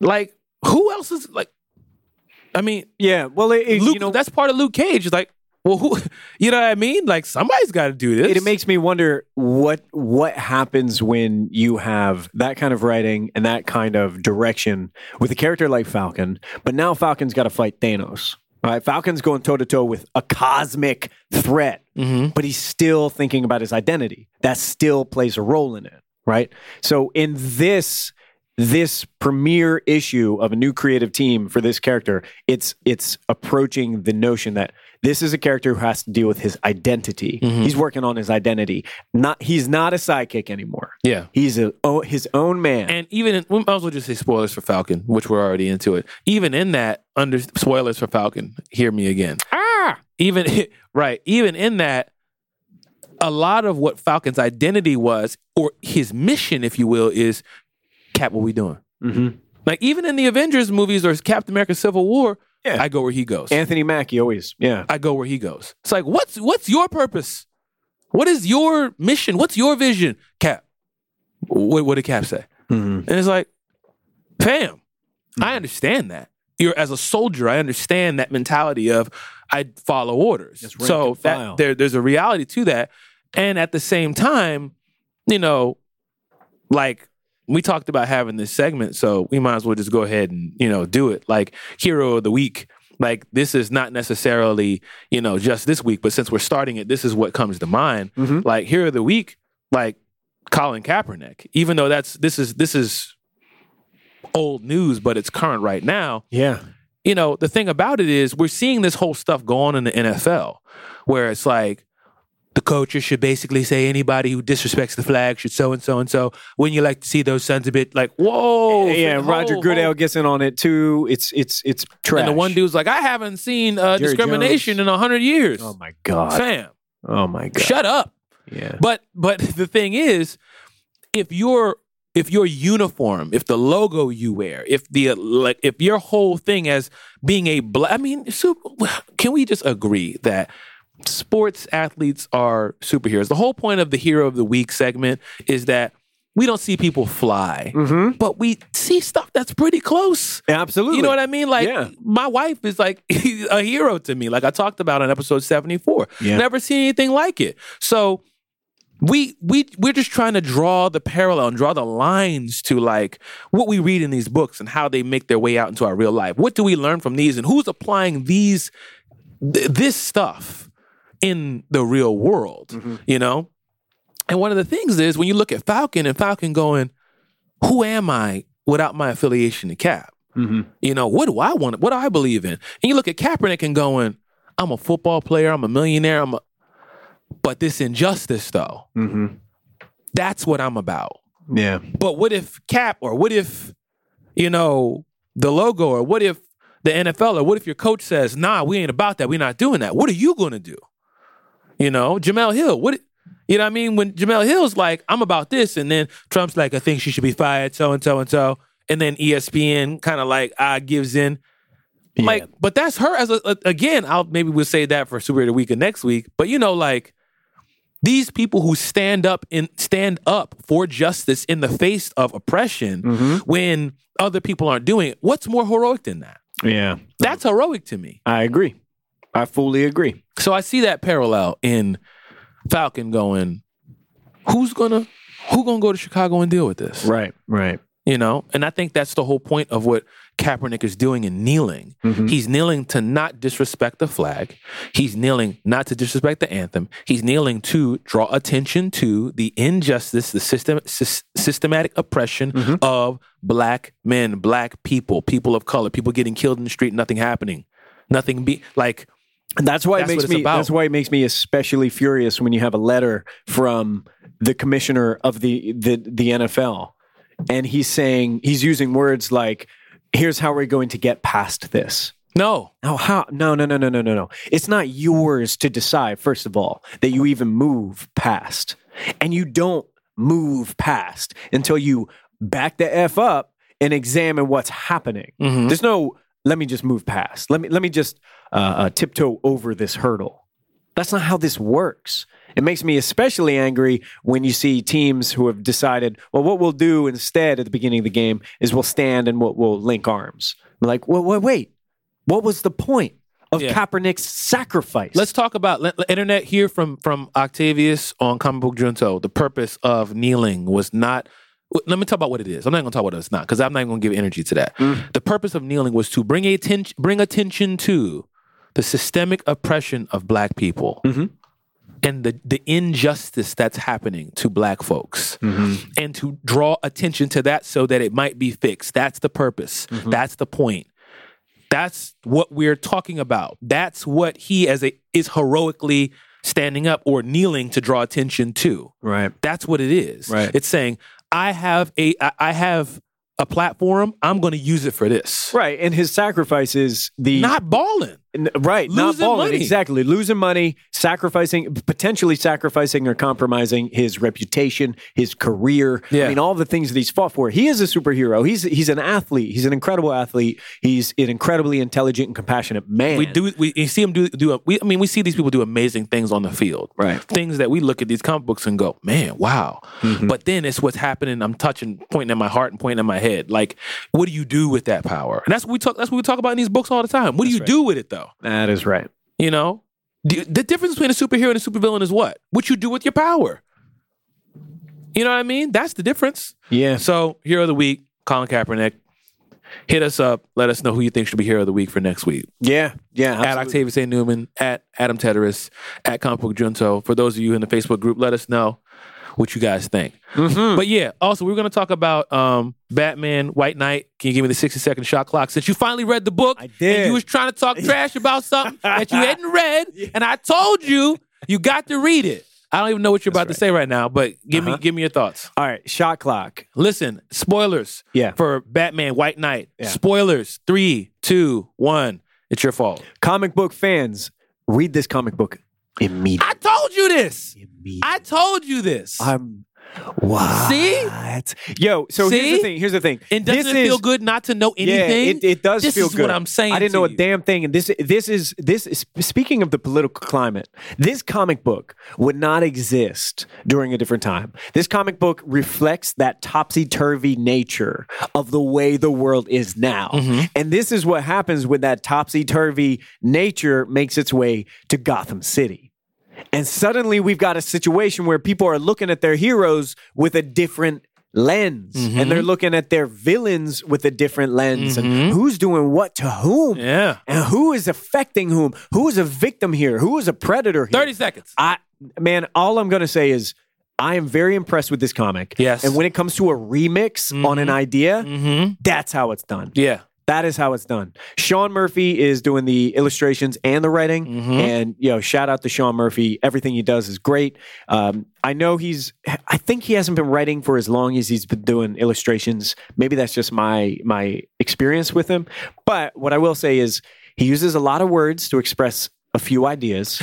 Speaker 1: Like, who else is like? I mean,
Speaker 2: Yeah. Well, it, it-
Speaker 1: Luke.
Speaker 2: you know,
Speaker 1: that's part of Luke Cage. It's Like, well, who? You know what I mean? Like, somebody's got to do this.
Speaker 2: it, it makes me wonder what what happens when you have that kind of writing and that kind of direction with a character like Falcon, but now Falcon's got to fight Thanos. Right? Falcon's going toe to toe with a cosmic threat, but he's still thinking about his identity. That still plays a role in it, right? So in this this premiere issue of a new creative team for this character, it's it's approaching the notion that this is a character who has to deal with his identity. He's working on his identity. Not he's not a sidekick anymore.
Speaker 1: yeah.
Speaker 2: He's a oh, his own man.
Speaker 1: And even in, we might as well just say spoilers for Falcon, which we're already into it. Even in that, under spoilers for Falcon, hear me again.
Speaker 2: ah,
Speaker 1: Even right, even in that, a lot of what Falcon's identity was, or his mission, if you will, is Cap. What we doing?
Speaker 2: Mhm.
Speaker 1: Like even in the Avengers movies or Captain America: Civil War,
Speaker 2: Yeah.
Speaker 1: I go where he goes.
Speaker 2: Anthony Mackie always. Yeah.
Speaker 1: I go where he goes. It's like, what's what's your purpose? What is your mission? What's your vision? Cap. What, what did Cap say?
Speaker 2: Mhm. Mm-hmm.
Speaker 1: And it's like, fam, I understand that. you're as a soldier, I understand that mentality of I follow orders.
Speaker 2: That's rank
Speaker 1: So
Speaker 2: and file.
Speaker 1: that, there, there's a reality to that, and at the same time, you know, like we talked about having this segment, so we might as well just go ahead and you know do it. Like hero of the week. Like this is not necessarily you know just this week, but since we're starting it, this is what comes to mind.
Speaker 2: Mhm.
Speaker 1: Like hero of the week, like Colin Kaepernick. Even though that's this is this is old news, but it's current right now
Speaker 2: Yeah.
Speaker 1: you know, the thing about it is we're seeing this whole stuff go on in the NFL where it's like the coaches should basically say anybody who disrespects the flag should so and so and so. Wouldn't you like to see those sons a bit like, whoa.
Speaker 2: yeah,
Speaker 1: hold-
Speaker 2: Roger Goodell
Speaker 1: hold.
Speaker 2: gets in on it too. It's it's it's trash.
Speaker 1: And the one dude's like, I haven't seen uh,
Speaker 2: Jerry
Speaker 1: discrimination in in 100 years.
Speaker 2: Oh my god.
Speaker 1: Fam,
Speaker 2: Oh my god.
Speaker 1: shut up.
Speaker 2: yeah.
Speaker 1: But but the thing is, if your if your uniform, if the logo you wear, if the uh, like, if your whole thing as being a black, I mean, super, can we just agree that sports athletes are superheroes? The whole point of the Hero of the Week segment is that we don't see people fly,
Speaker 2: Mm-hmm.
Speaker 1: but we see stuff that's pretty close.
Speaker 2: Absolutely.
Speaker 1: You know what I mean? Like
Speaker 2: Yeah.
Speaker 1: my wife is like a hero to me. Like I talked about on episode 74.
Speaker 2: Yeah.
Speaker 1: Never seen anything like it. So we we we're just trying to draw the parallel and draw the lines to like what we read in these books and how they make their way out into our real life. What do we learn from these and who's applying these th- this stuff in the real world, you know? And one of the things is when you look at Falcon and Falcon going, who am I without my affiliation to Cap?
Speaker 2: Mm-hmm.
Speaker 1: You know, what do I want? What do I believe in? And you look at Kaepernick and going, I'm a football player, I'm a millionaire, I'm a but this injustice though,
Speaker 2: Mm-hmm.
Speaker 1: that's what I'm about.
Speaker 2: Yeah.
Speaker 1: But what if Cap or what if, you know, the logo or what if the NFL or what if your coach says, nah, we ain't about that. We're not doing that. What are you going to do? You know, Jamel Hill, what, you know what I mean? When Jamel Hill's like, I'm about this. And then Trump's like, I think she should be fired, so and so and so. And then E ESPN kind of like, ah, gives in. Like, but that's her as a, a- again. I'll maybe we'll say that for Super the Week and next week. But you know, like these people who stand up and stand up for justice in the face of oppression
Speaker 2: Mhm.
Speaker 1: when other people aren't doing it. What's more heroic than that?
Speaker 2: Yeah.
Speaker 1: That's heroic to me.
Speaker 2: I agree. I fully agree.
Speaker 1: So I see that parallel in Falcon going. Who's gonna who gonna go to Chicago and deal with this?
Speaker 2: Right. Right.
Speaker 1: You know, and I think that's the whole point of what Kaepernick is doing in kneeling. He's kneeling to not disrespect the flag. He's kneeling not to disrespect the anthem. He's kneeling to draw attention to the injustice, the system, sys- systematic oppression of black men, black people, people of color, people getting killed in the street, nothing happening, nothing be like.
Speaker 2: And that's why
Speaker 1: That's what
Speaker 2: it makes
Speaker 1: it's
Speaker 2: me.
Speaker 1: about.
Speaker 2: That's why it makes me especially furious when you have a letter from the commissioner of the the, the NFL, and he's saying he's using words like, "Here's how we're going to get past this."
Speaker 1: No,
Speaker 2: Now, how? No, no, no, no, no, no, no. It's not yours to decide. First of all, that you even move past, and you don't move past until you back the f up and examine what's happening. There's no let me just move past. Let me let me just uh, uh, tiptoe over this hurdle. That's not how this works. It makes me especially angry when you see teams who have decided, well, what we'll do instead at the beginning of the game is we'll stand and we'll, we'll link arms. I'm like, well, wait, wait. What was the point of
Speaker 1: Yeah.
Speaker 2: Kaepernick's sacrifice?
Speaker 1: let's talk about let, let internet here from from Octavius on Comic Book Junto. The purpose of kneeling was not. w- Let me talk about what it is. I'm not going to talk about what it's not because I'm not going to give energy to that. The purpose of kneeling was to bring attention bring attention to the systemic oppression of Black people and the the injustice that's happening to Black folks, and to draw attention to that so that it might be fixed. That's the purpose. That's the point. That's what we're talking about. That's what he as a is heroically standing up or kneeling to draw attention to.
Speaker 2: right.
Speaker 1: That's what it is.
Speaker 2: Right.
Speaker 1: It's saying I have a I I have a platform. I'm going to use it for this.
Speaker 2: Right. And his sacrifice is the
Speaker 1: Not balling.
Speaker 2: N- Right, not
Speaker 1: Losing
Speaker 2: balling.
Speaker 1: money.
Speaker 2: Exactly, losing money, sacrificing, potentially sacrificing or compromising his reputation, his career.
Speaker 1: Yeah.
Speaker 2: I mean, all the things that he's fought for. He is a superhero. He's he's an athlete. He's an incredible athlete. He's an incredibly intelligent and compassionate man.
Speaker 1: We do. We you see them do. Do. We, I mean, we see these people do amazing things on the field.
Speaker 2: Right.
Speaker 1: Things that we look at these comic books and go, man, wow.
Speaker 2: Mm-hmm.
Speaker 1: But then it's what's happening. I'm touching, pointing at my heart and pointing at my head. Like, what do you do with that power? And that's what we talk. That's what we talk about in these books all the time. What do you do with it, though?
Speaker 2: That is right.
Speaker 1: You know, Do- the difference between a superhero and a supervillain is what? What you do with your power. You know what I mean? That's the difference.
Speaker 2: Yeah.
Speaker 1: So, hero of the week, Colin Kaepernick. Hit us up. Let us know who you think should be hero of the week for next week
Speaker 2: Yeah. Yeah.
Speaker 1: at Octavius A. Newman, at Adam Teteris, at Comic Book Junto. For those of you in the Facebook group, let us know what you guys think.
Speaker 2: Hmm.
Speaker 1: But yeah, also we were going to talk about um, Batman White Knight. Can you give me the sixty second shot clock? Since you finally read the book,
Speaker 2: I did.
Speaker 1: and you was trying to talk trash about something that you hadn't read, and I told you you got to read it. I don't even know what you're about to say right now, but give
Speaker 2: Uh-huh.
Speaker 1: me give me your thoughts.
Speaker 2: All right. Shot clock.
Speaker 1: Listen, spoilers
Speaker 2: Yeah.
Speaker 1: for Batman White Knight.
Speaker 2: Yeah.
Speaker 1: Spoilers. Three, two, one. It's your fault.
Speaker 2: Comic book fans, read this comic book immediately.
Speaker 1: I told you this.
Speaker 2: immediately.
Speaker 1: I told you this.
Speaker 2: I'm wow.
Speaker 1: Um, See?
Speaker 2: Yo, so here's
Speaker 1: See?
Speaker 2: the thing. Here's the thing.
Speaker 1: and doesn't
Speaker 2: This
Speaker 1: it feel
Speaker 2: is-
Speaker 1: good not to know anything?
Speaker 2: Yeah, it, it does
Speaker 1: This
Speaker 2: feel
Speaker 1: is
Speaker 2: good.
Speaker 1: what I'm saying
Speaker 2: I didn't
Speaker 1: to
Speaker 2: know
Speaker 1: you.
Speaker 2: a damn thing. And this this is this is speaking of the political climate, this comic book would not exist during a different time. This comic book reflects that topsy turvy nature of the way the world is now.
Speaker 1: Mm-hmm.
Speaker 2: And this is what happens when that topsy turvy nature makes its way to Gotham City. And suddenly we've got a situation where people are looking at their heroes with a different lens and
Speaker 1: Mm-hmm.
Speaker 2: they're looking at their villains with a different lens and who's doing what to whom
Speaker 1: Yeah.
Speaker 2: and who is affecting whom who is a victim here who is a predator here
Speaker 1: 30 seconds.
Speaker 2: I man, all I'm gonna say is I am very impressed with this comic.
Speaker 1: Yes. Mm-hmm.
Speaker 2: And when it comes to a remix on an idea, that's how it's done.
Speaker 1: Yeah.
Speaker 2: That is how it's done. Sean Murphy is doing the illustrations and the writing,
Speaker 1: Mm-hmm.
Speaker 2: and you know, shout out to Sean Murphy. Everything he does is great. Um, I know he's. I think he hasn't been writing for as long as he's been doing illustrations. Maybe that's just my my experience with him. But what I will say is, he uses a lot of words to express a few ideas.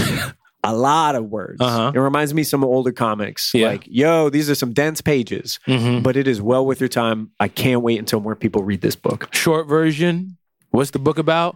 Speaker 2: A lot of words.
Speaker 1: Uh-huh.
Speaker 2: It reminds me of some older comics.
Speaker 1: Yeah.
Speaker 2: Like, yo, these are some dense pages,
Speaker 1: Mhm.
Speaker 2: but it is well worth your time. I can't wait until more people read this book.
Speaker 1: Short version. What's the book about?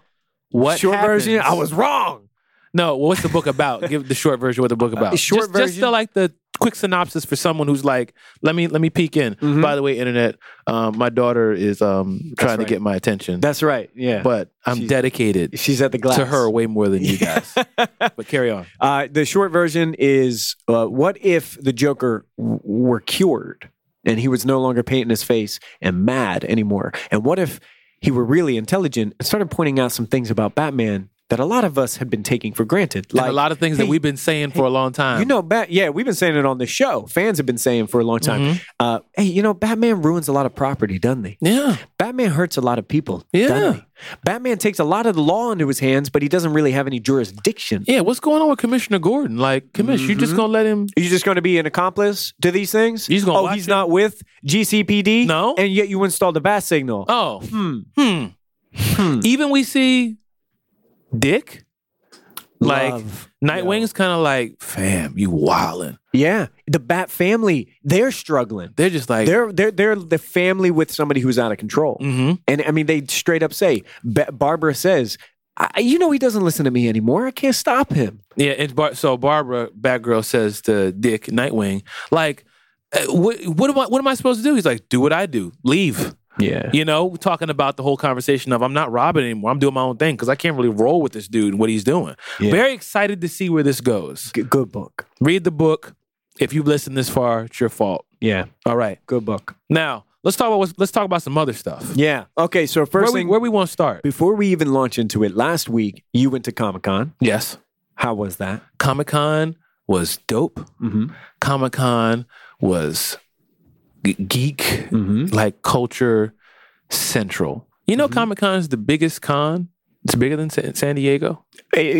Speaker 1: What
Speaker 2: Short
Speaker 1: happens?
Speaker 2: version. I was wrong.
Speaker 1: No, well, what's the book about? Give the short version what the book about.
Speaker 2: short
Speaker 1: just, just
Speaker 2: version-
Speaker 1: the, like the quick synopsis for someone who's like, let me let me peek in.
Speaker 2: Mm-hmm.
Speaker 1: By the way, internet, um, my daughter is um, trying
Speaker 2: right.
Speaker 1: to get my attention,
Speaker 2: That's right. Yeah.
Speaker 1: but I'm
Speaker 2: She's-
Speaker 1: dedicated
Speaker 2: she's at the glass.
Speaker 1: to her way more than you guys. but carry on.
Speaker 2: Uh, the short version is uh, what if the Joker w- were cured and he was no longer painting his face and mad anymore? And what if he were really intelligent and started pointing out some things about Batman that a lot of us had been taking for granted?
Speaker 1: Like, a lot of things that
Speaker 2: hey,
Speaker 1: we've been saying for a long time.
Speaker 2: You know, Bat. Yeah, we've been saying it on the show. Fans have been saying for a long time.
Speaker 1: Mm-hmm.
Speaker 2: Uh, hey, you know, Batman ruins a lot of property, doesn't he?
Speaker 1: Yeah.
Speaker 2: Batman hurts a lot of people.
Speaker 1: Yeah.
Speaker 2: doesn't he? Batman takes a lot of the law into his hands, but he doesn't really have any jurisdiction.
Speaker 1: Yeah, what's going on with Commissioner Gordon? Like, Commissioner, you just gonna let him?
Speaker 2: Are you just going to be an accomplice to these things?
Speaker 1: He's gonna
Speaker 2: Oh,
Speaker 1: watch
Speaker 2: he's
Speaker 1: it.
Speaker 2: not with GCPD.
Speaker 1: No.
Speaker 2: and yet you installed the bat signal.
Speaker 1: Oh, hmm. Even we see Dick, like
Speaker 2: Love.
Speaker 1: Nightwing's kind of like, fam, you wildin'.
Speaker 2: Yeah, the Bat family—they're struggling.
Speaker 1: They're just like,
Speaker 2: They're they're they're the family with somebody who's out of control.
Speaker 1: Mhm.
Speaker 2: And I mean, they straight up say, Ba- Barbara says, I, "You know, he doesn't listen to me anymore. I can't stop him."
Speaker 1: yeah. And Bar- so Barbara Batgirl says to Dick Nightwing, like, "Uh, what what am I what am I supposed to do? He's like, do what I do, leave.
Speaker 2: Yeah,
Speaker 1: You know, talking about the whole conversation of I'm not robbing anymore. I'm doing my own thing because I can't really roll with this dude and what he's doing.
Speaker 2: Yeah.
Speaker 1: Very excited to see where this goes.
Speaker 2: G- good book.
Speaker 1: Read the book. If you've listened this far, it's your fault.
Speaker 2: Yeah,
Speaker 1: All right.
Speaker 2: good book.
Speaker 1: Now let's talk about what's- let's talk about some other stuff.
Speaker 2: Yeah. Okay. So first
Speaker 1: Where we,
Speaker 2: thing,
Speaker 1: where we want to start?
Speaker 2: before we even launch into it, last week you went to Comic Con.
Speaker 1: Yes,
Speaker 2: How was that?
Speaker 1: Comic Con was dope.
Speaker 2: Mhm.
Speaker 1: Comic Con was g- geek like culture central. You
Speaker 2: Mm-hmm.
Speaker 1: know, Comic Con is the biggest con. It's bigger than San, San Diego.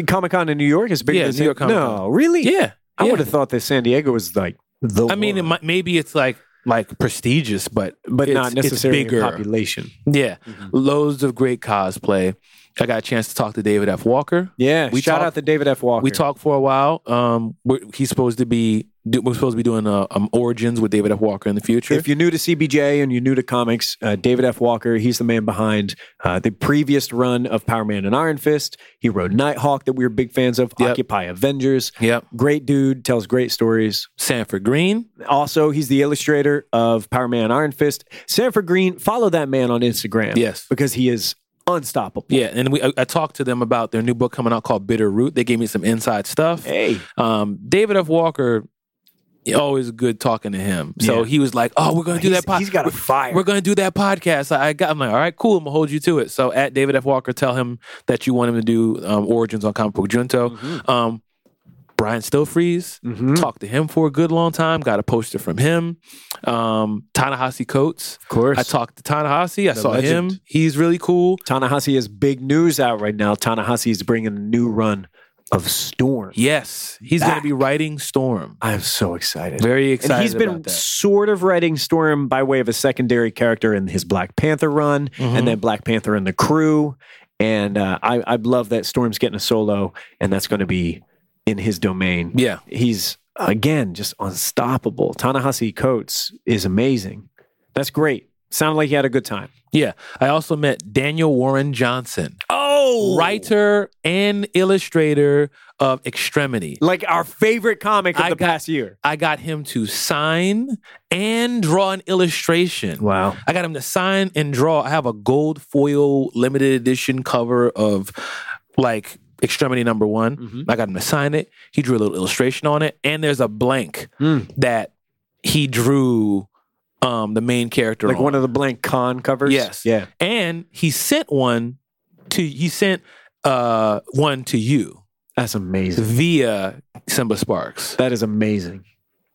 Speaker 2: Comic Con in New York is bigger
Speaker 1: Yeah,
Speaker 2: than
Speaker 1: New
Speaker 2: San-
Speaker 1: York Comic
Speaker 2: No, really?
Speaker 1: Yeah,
Speaker 2: I
Speaker 1: yeah.
Speaker 2: would have thought that San Diego was like the.
Speaker 1: I mean, it
Speaker 2: one.
Speaker 1: might, maybe it's like like prestigious, but
Speaker 2: but
Speaker 1: it's,
Speaker 2: not necessarily Mm-hmm.
Speaker 1: it's bigger.
Speaker 2: population.
Speaker 1: Yeah, loads of great cosplay. I got a chance to talk to David F. Walker.
Speaker 2: Yeah,
Speaker 1: We
Speaker 2: shout
Speaker 1: talk-
Speaker 2: out to David F. Walker.
Speaker 1: We talked for a while. Um, we're, he's supposed to be do, we're supposed to be doing uh, um, origins with David F. Walker in the future.
Speaker 2: If you're new to CBJ and you're new to comics, uh, David F. Walker, he's the man behind uh, the previous run of Power Man and Iron Fist. He wrote Nighthawk, that we were big fans of,
Speaker 1: Yep.
Speaker 2: Occupy Avengers.
Speaker 1: yep,
Speaker 2: Great dude, tells great stories.
Speaker 1: Sanford Green.
Speaker 2: Also, he's the illustrator of Power Man and Iron Fist. Sanford Green, follow that man on Instagram.
Speaker 1: Yes.
Speaker 2: Because he is unstoppable.
Speaker 1: Yeah, and we I, I talked to them about their new book coming out called Bitter Root. They gave me some inside stuff.
Speaker 2: Hey.
Speaker 1: Um, David F. Walker, always good talking to him. So
Speaker 2: Yeah.
Speaker 1: he was like, "Oh, we're gonna do
Speaker 2: He's-
Speaker 1: that. podcast.
Speaker 2: he's got a fire.
Speaker 1: We're gonna do that podcast." I I got. I'm like, "All right, cool. I'm gonna hold you to it." So at David F. Walker, tell him that you want him to do um, Origins on Comic Book Junto.
Speaker 2: Mm-hmm.
Speaker 1: Um, Brian Stillfreeze talked to him for a good long time. Got a poster from him. Um, Tanahasi Coates. Of
Speaker 2: course.
Speaker 1: I talked to Tanahasi. I saw
Speaker 2: legend.
Speaker 1: him. He's really cool.
Speaker 2: Tanahasi is big news out right now. Tanahasi is bringing a new run of Storm.
Speaker 1: Yes, he's going to
Speaker 2: Back.
Speaker 1: be writing Storm.
Speaker 2: I'm so excited.
Speaker 1: Very excited.
Speaker 2: and he's been
Speaker 1: about that.
Speaker 2: sort of writing Storm by way of a secondary character in his Black Panther run,
Speaker 1: Mm-hmm.
Speaker 2: and then Black Panther and the Crew. And uh, I, I love that Storm's getting a solo, and that's going to be in his domain.
Speaker 1: Yeah.
Speaker 2: He's again just unstoppable. Tanahasi Coates is amazing. That's great. Sounded like he had a good time.
Speaker 1: Yeah. I also met Daniel Warren Johnson,
Speaker 2: Oh,
Speaker 1: writer and illustrator of Extremity.
Speaker 2: like our favorite comic of
Speaker 1: I
Speaker 2: the
Speaker 1: got-
Speaker 2: past year.
Speaker 1: I got him to sign and draw an illustration.
Speaker 2: Wow.
Speaker 1: I got him to sign and draw. I have a gold foil limited edition cover of like Extremity number one.
Speaker 2: Mm-hmm.
Speaker 1: I got him to sign it. He drew a little illustration on it. And there's a blank
Speaker 2: Hmm.
Speaker 1: that he drew um, the main character
Speaker 2: Like
Speaker 1: on.
Speaker 2: one of the blank con covers.
Speaker 1: Yes.
Speaker 2: Yeah.
Speaker 1: and he sent one to he sent uh one to you
Speaker 2: That's amazing.
Speaker 1: via Simba Sparks.
Speaker 2: That is amazing.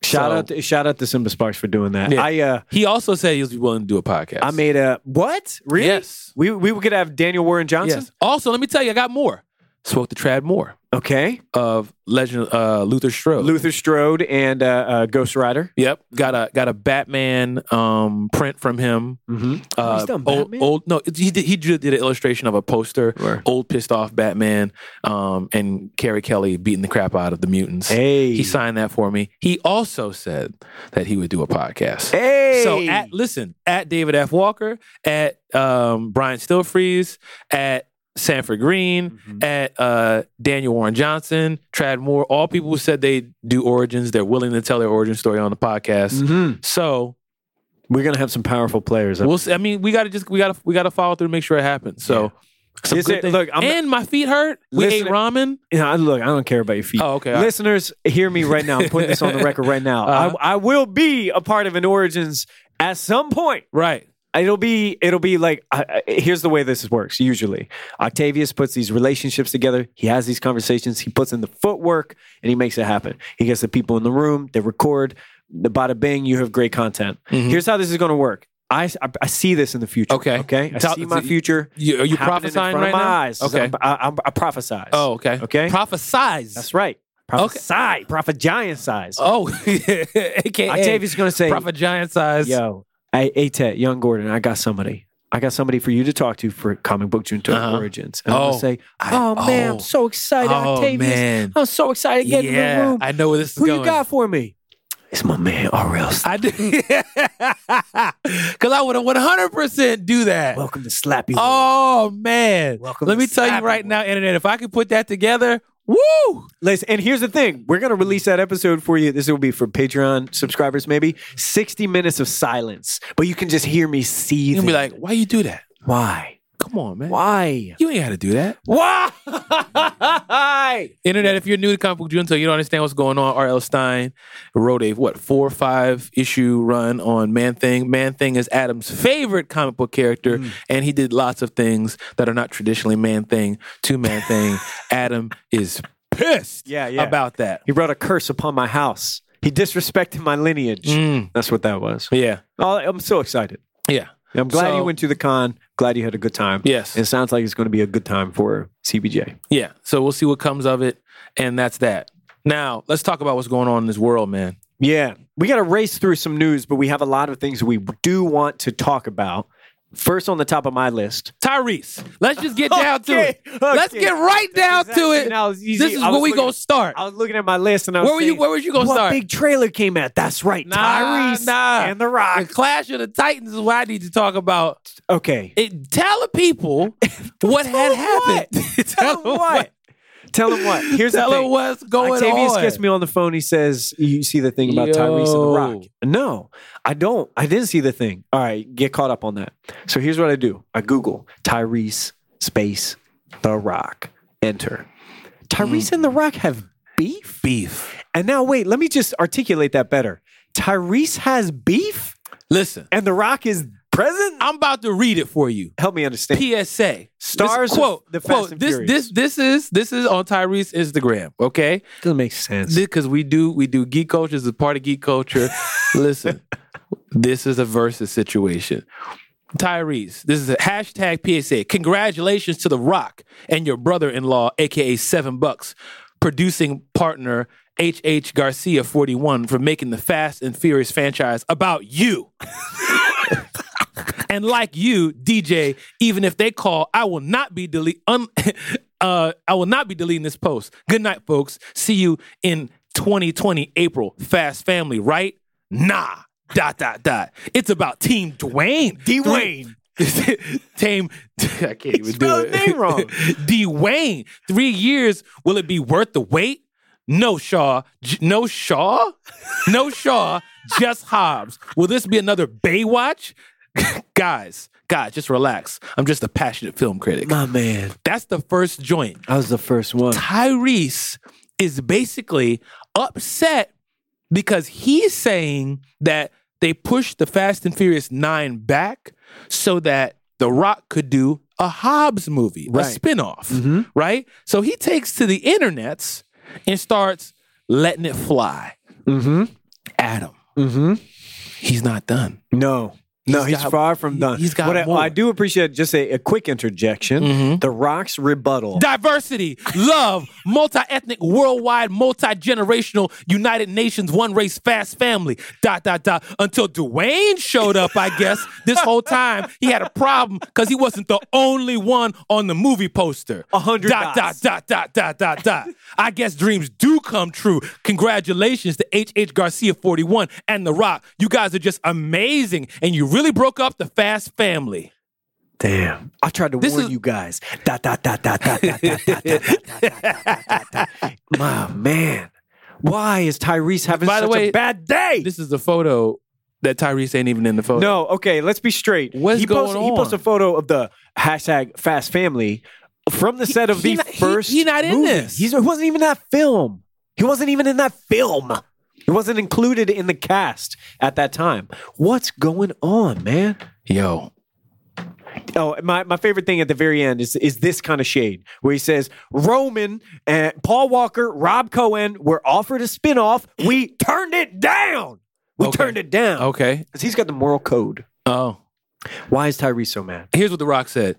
Speaker 2: Shout
Speaker 1: So-
Speaker 2: out to shout out to Simba Sparks for doing that.
Speaker 1: Yeah.
Speaker 2: I uh
Speaker 1: He also said he was willing to do a podcast.
Speaker 2: I made a what? Really?
Speaker 1: Yes.
Speaker 2: We we could have Daniel Warren Johnson.
Speaker 1: Yes. Also, let me tell you, I got more. Spoke to Trad Moore
Speaker 2: Okay.
Speaker 1: of Legend uh Luther Strode.
Speaker 2: Luther Strode and uh, uh Ghost Rider.
Speaker 1: Yep. Got a got a Batman um print from him.
Speaker 2: Mm-hmm.
Speaker 1: Uh,
Speaker 2: He's done
Speaker 1: old,
Speaker 2: Batman?
Speaker 1: old no, he did, he did did an illustration of a poster,
Speaker 2: Word.
Speaker 1: old pissed off Batman, um, and Carrie Kelly beating the crap out of the mutants.
Speaker 2: Hey.
Speaker 1: He signed that for me. He also said that he would do a podcast.
Speaker 2: Hey.
Speaker 1: So at listen, at David F. Walker, at um, Brian Stillfreeze, at Sanford Green,
Speaker 2: Mm-hmm.
Speaker 1: at uh, Daniel Warren Johnson, Trad Moore, all people who said they do origins, they're willing to tell their origin story on the podcast.
Speaker 2: Mhm.
Speaker 1: So
Speaker 2: we're gonna have some powerful players. up
Speaker 1: Mm-hmm. we'll see. I mean, we gotta just we gotta we gotta follow through to make sure it happens. So some
Speaker 2: Is
Speaker 1: good
Speaker 2: it-
Speaker 1: things.
Speaker 2: look, I'm-
Speaker 1: and my feet hurt. We ate
Speaker 2: Listen-
Speaker 1: ramen.
Speaker 2: Yeah, I- look, I don't care about your feet.
Speaker 1: Oh, okay, all right.
Speaker 2: Listeners, hear me right now. I'm putting this on the record right now.
Speaker 1: Uh-huh.
Speaker 2: I, I will be a part of an Origins at some point.
Speaker 1: Right.
Speaker 2: It'll be it'll be like I, I- here's the way this works usually. Octavius puts these relationships together. He has these conversations. He puts in the footwork and he makes it happen. He gets the people in the room. They record. The bada bing. You have great content. Here's how this is going to work. I, s- I- I see this in the future.
Speaker 1: Mm-hmm. Okay.
Speaker 2: Okay. I
Speaker 1: Tell-
Speaker 2: see my
Speaker 1: so you-
Speaker 2: future.
Speaker 1: you- are you
Speaker 2: happening
Speaker 1: prophesying
Speaker 2: in front
Speaker 1: right
Speaker 2: of my
Speaker 1: now?
Speaker 2: Eyes.
Speaker 1: Okay.
Speaker 2: I, I, I prophesize.
Speaker 1: Oh, okay.
Speaker 2: Okay.
Speaker 1: Prophesize.
Speaker 2: that's right. Prophesy. Prophet giant size.
Speaker 1: Oh, AKA
Speaker 2: Octavius is going to say,
Speaker 1: Prophet Giant Size.
Speaker 2: Yo, I ATET, Young Gordon, I got somebody. I got somebody for you to talk to for comic book Junto
Speaker 1: Uh-huh.
Speaker 2: Origins. And I'm
Speaker 1: Oh,
Speaker 2: gonna say,
Speaker 1: I-
Speaker 2: Oh man,
Speaker 1: oh.
Speaker 2: I'm so excited,
Speaker 1: Oh,
Speaker 2: Octavius.
Speaker 1: man.
Speaker 2: I'm so excited to get in the
Speaker 1: Yeah,
Speaker 2: room.
Speaker 1: I know where this is
Speaker 2: Who
Speaker 1: going.
Speaker 2: you got for me? It's my man RL. Slap.
Speaker 1: I do. Because I would 100% do that.
Speaker 2: Welcome to Slappy. World.
Speaker 1: oh, man.
Speaker 2: Welcome
Speaker 1: Let
Speaker 2: to
Speaker 1: me tell you
Speaker 2: Slappy
Speaker 1: right
Speaker 2: World.
Speaker 1: now, Internet, if I could put that together, woo!
Speaker 2: Listen, and here's the thing. We're gonna release that episode for you. This will be for Patreon subscribers, maybe. 60 minutes of silence. But you can just hear me see.
Speaker 1: You're going to be like, why you do that?
Speaker 2: why?
Speaker 1: Come on, man.
Speaker 2: Why?
Speaker 1: You ain't got to do that.
Speaker 2: Why?
Speaker 1: Internet, if you're new to Comic Book Junto, you don't understand what's going on. R.L. Stein wrote a, what, four or five issue run on Man Thing. Man Thing is Adam's favorite comic book character,
Speaker 2: Mm.
Speaker 1: and he did lots of things that are not traditionally Man Thing to Man Thing. Adam is pissed
Speaker 2: Yeah, yeah.
Speaker 1: about that.
Speaker 2: He brought a curse upon my house. He disrespected my lineage.
Speaker 1: Mm.
Speaker 2: That's what that was.
Speaker 1: Yeah.
Speaker 2: Oh, I'm so excited.
Speaker 1: Yeah.
Speaker 2: I'm glad
Speaker 1: So-
Speaker 2: you went to the con. Glad you had a good time.
Speaker 1: Yes.
Speaker 2: It sounds like it's going to be a good time for CBJ.
Speaker 1: Yeah. So we'll see what comes of it. And that's that. Now, let's talk about what's going on in this world, man.
Speaker 2: Yeah, we got to race through some news, but we have a lot of things we do want to talk about. First on the top of my list.
Speaker 1: Tyrese, let's just get down to it.
Speaker 2: Okay,
Speaker 1: Let's
Speaker 2: okay.
Speaker 1: get right down
Speaker 2: That's exactly-
Speaker 1: to it.
Speaker 2: and I was easy-
Speaker 1: This is
Speaker 2: I
Speaker 1: where
Speaker 2: was
Speaker 1: we
Speaker 2: looking-
Speaker 1: gonna start.
Speaker 2: I was looking at my list and I was
Speaker 1: Where were you?
Speaker 2: saying,
Speaker 1: Where was you gonna
Speaker 2: what
Speaker 1: start?
Speaker 2: big trailer came out? That's right,
Speaker 1: Nah,
Speaker 2: Tyrese
Speaker 1: nah.
Speaker 2: and The
Speaker 1: the
Speaker 2: Rock.
Speaker 1: Clash of the Titans is what I need to talk about.
Speaker 2: Okay,
Speaker 1: It, tell the people what had
Speaker 2: them what?
Speaker 1: happened.
Speaker 2: tell him what. Tell him what. Here's
Speaker 1: tell
Speaker 2: the
Speaker 1: them
Speaker 2: thing.
Speaker 1: what's going
Speaker 2: Octavius
Speaker 1: on.
Speaker 2: gets me on the phone. He says, "You see the thing about Tyrese and The Rock?" No, I don't. I didn't see the thing. All right, get caught up on that. So here's what I do: I Google Tyrese space The Rock. Enter. Tyrese and The Rock have beef.
Speaker 1: beef.
Speaker 2: And now, wait. Let me just articulate that better. Tyrese has beef,
Speaker 1: Listen,
Speaker 2: and The Rock is present.
Speaker 1: I'm about to read it for you.
Speaker 2: Help me understand.
Speaker 1: PSA.
Speaker 2: Stars
Speaker 1: This, quote.
Speaker 2: of the Fast
Speaker 1: quote.
Speaker 2: and
Speaker 1: this
Speaker 2: Furious.
Speaker 1: this this is this is on Tyrese Instagram. Okay.
Speaker 2: doesn't make sense.
Speaker 1: because we do we do geek culture this is part of geek culture. Listen, this is a versus situation. Tyrese, this is a hashtag PSA. Congratulations to The Rock and your brother-in-law, aka Seven Bucks, producing partner H.H. Garcia 41 for making the Fast and Furious franchise about you. and like you, DJ, even if they call, I will not be delete. Un- uh, I will not be deleting this post. Good night, folks. See you in 2020 April. Fast family, right? Nah. Dot dot dot. It's about Team Dwayne.
Speaker 2: Dwayne.
Speaker 1: Three- Team. I can't even do
Speaker 2: spelled
Speaker 1: it.
Speaker 2: his name wrong.
Speaker 1: Dwayne. Three years. Will it be worth the wait? No, Shaw. J- no, Shaw. No, Shaw. Just Hobbs. Will this be another Baywatch? guys, guys, just relax. I'm just a passionate film critic.
Speaker 2: My man,
Speaker 1: That's the first joint.
Speaker 2: I was the first one.
Speaker 1: Tyrese is basically upset because he's saying that they pushed the Fast and Furious 9 back so that The Rock could do a Hobbs movie,
Speaker 2: Right. Mm-hmm.
Speaker 1: a spinoff, right? So he takes to the internets and starts letting it fly.
Speaker 2: Mm-hmm.
Speaker 1: Adam,
Speaker 2: Mm-hmm.
Speaker 1: he's not done.
Speaker 2: No. No,
Speaker 1: He's
Speaker 2: he's,
Speaker 1: got-
Speaker 2: far from
Speaker 1: he-
Speaker 2: done.
Speaker 1: he's got
Speaker 2: What I,
Speaker 1: more.
Speaker 2: I do appreciate just a, a quick interjection.
Speaker 1: Mhm.
Speaker 2: The Rock's rebuttal.
Speaker 1: Diversity, love, multi ethnic, worldwide, multi generational, United Nations, one race, fast family. Dot, dot, dot. Until Dwayne showed up, I guess, this whole time he had a problem because he wasn't the only one on the movie poster.
Speaker 2: A hundred
Speaker 1: Dot, dot,
Speaker 2: dots.
Speaker 1: dot, dot, dot, dot, dot. I guess dreams do come true. Congratulations to H.H. Garcia 41 and The Rock. You guys are just amazing, and you really broke up the fast family.
Speaker 2: Damn. I tried to
Speaker 1: This
Speaker 2: warn
Speaker 1: is-
Speaker 2: you guys. Dot, dot, dot, dot, dot, dot, dot, dot, dot, dot, dot, dot, dot, dot. My man. Why is Tyrese having
Speaker 1: By the
Speaker 2: such
Speaker 1: way,
Speaker 2: a bad day?
Speaker 1: This is the photo that Tyrese ain't even in the photo.
Speaker 2: no, okay, let's be straight.
Speaker 1: What's
Speaker 2: he posted,
Speaker 1: going
Speaker 2: He posted
Speaker 1: on?
Speaker 2: a photo of the hashtag Fast Family from the set of
Speaker 1: he
Speaker 2: the
Speaker 1: not- he-
Speaker 2: first
Speaker 1: he not in
Speaker 2: movie.
Speaker 1: this.
Speaker 2: He's, he wasn't even in that film. He wasn't even in that film. He wasn't included in the cast at that time. What's going on, man?
Speaker 1: Yo,
Speaker 2: Oh, my, my favorite thing at the very end is is this kind of shade where he says Roman and Paul Walker, Rob Cohen were offered a spinoff. We turned it down. We
Speaker 1: Okay.
Speaker 2: turned it down.
Speaker 1: Okay.
Speaker 2: Because he's got the moral code.
Speaker 1: Oh,
Speaker 2: Why is Tyrese so mad?
Speaker 1: here's what The Rock said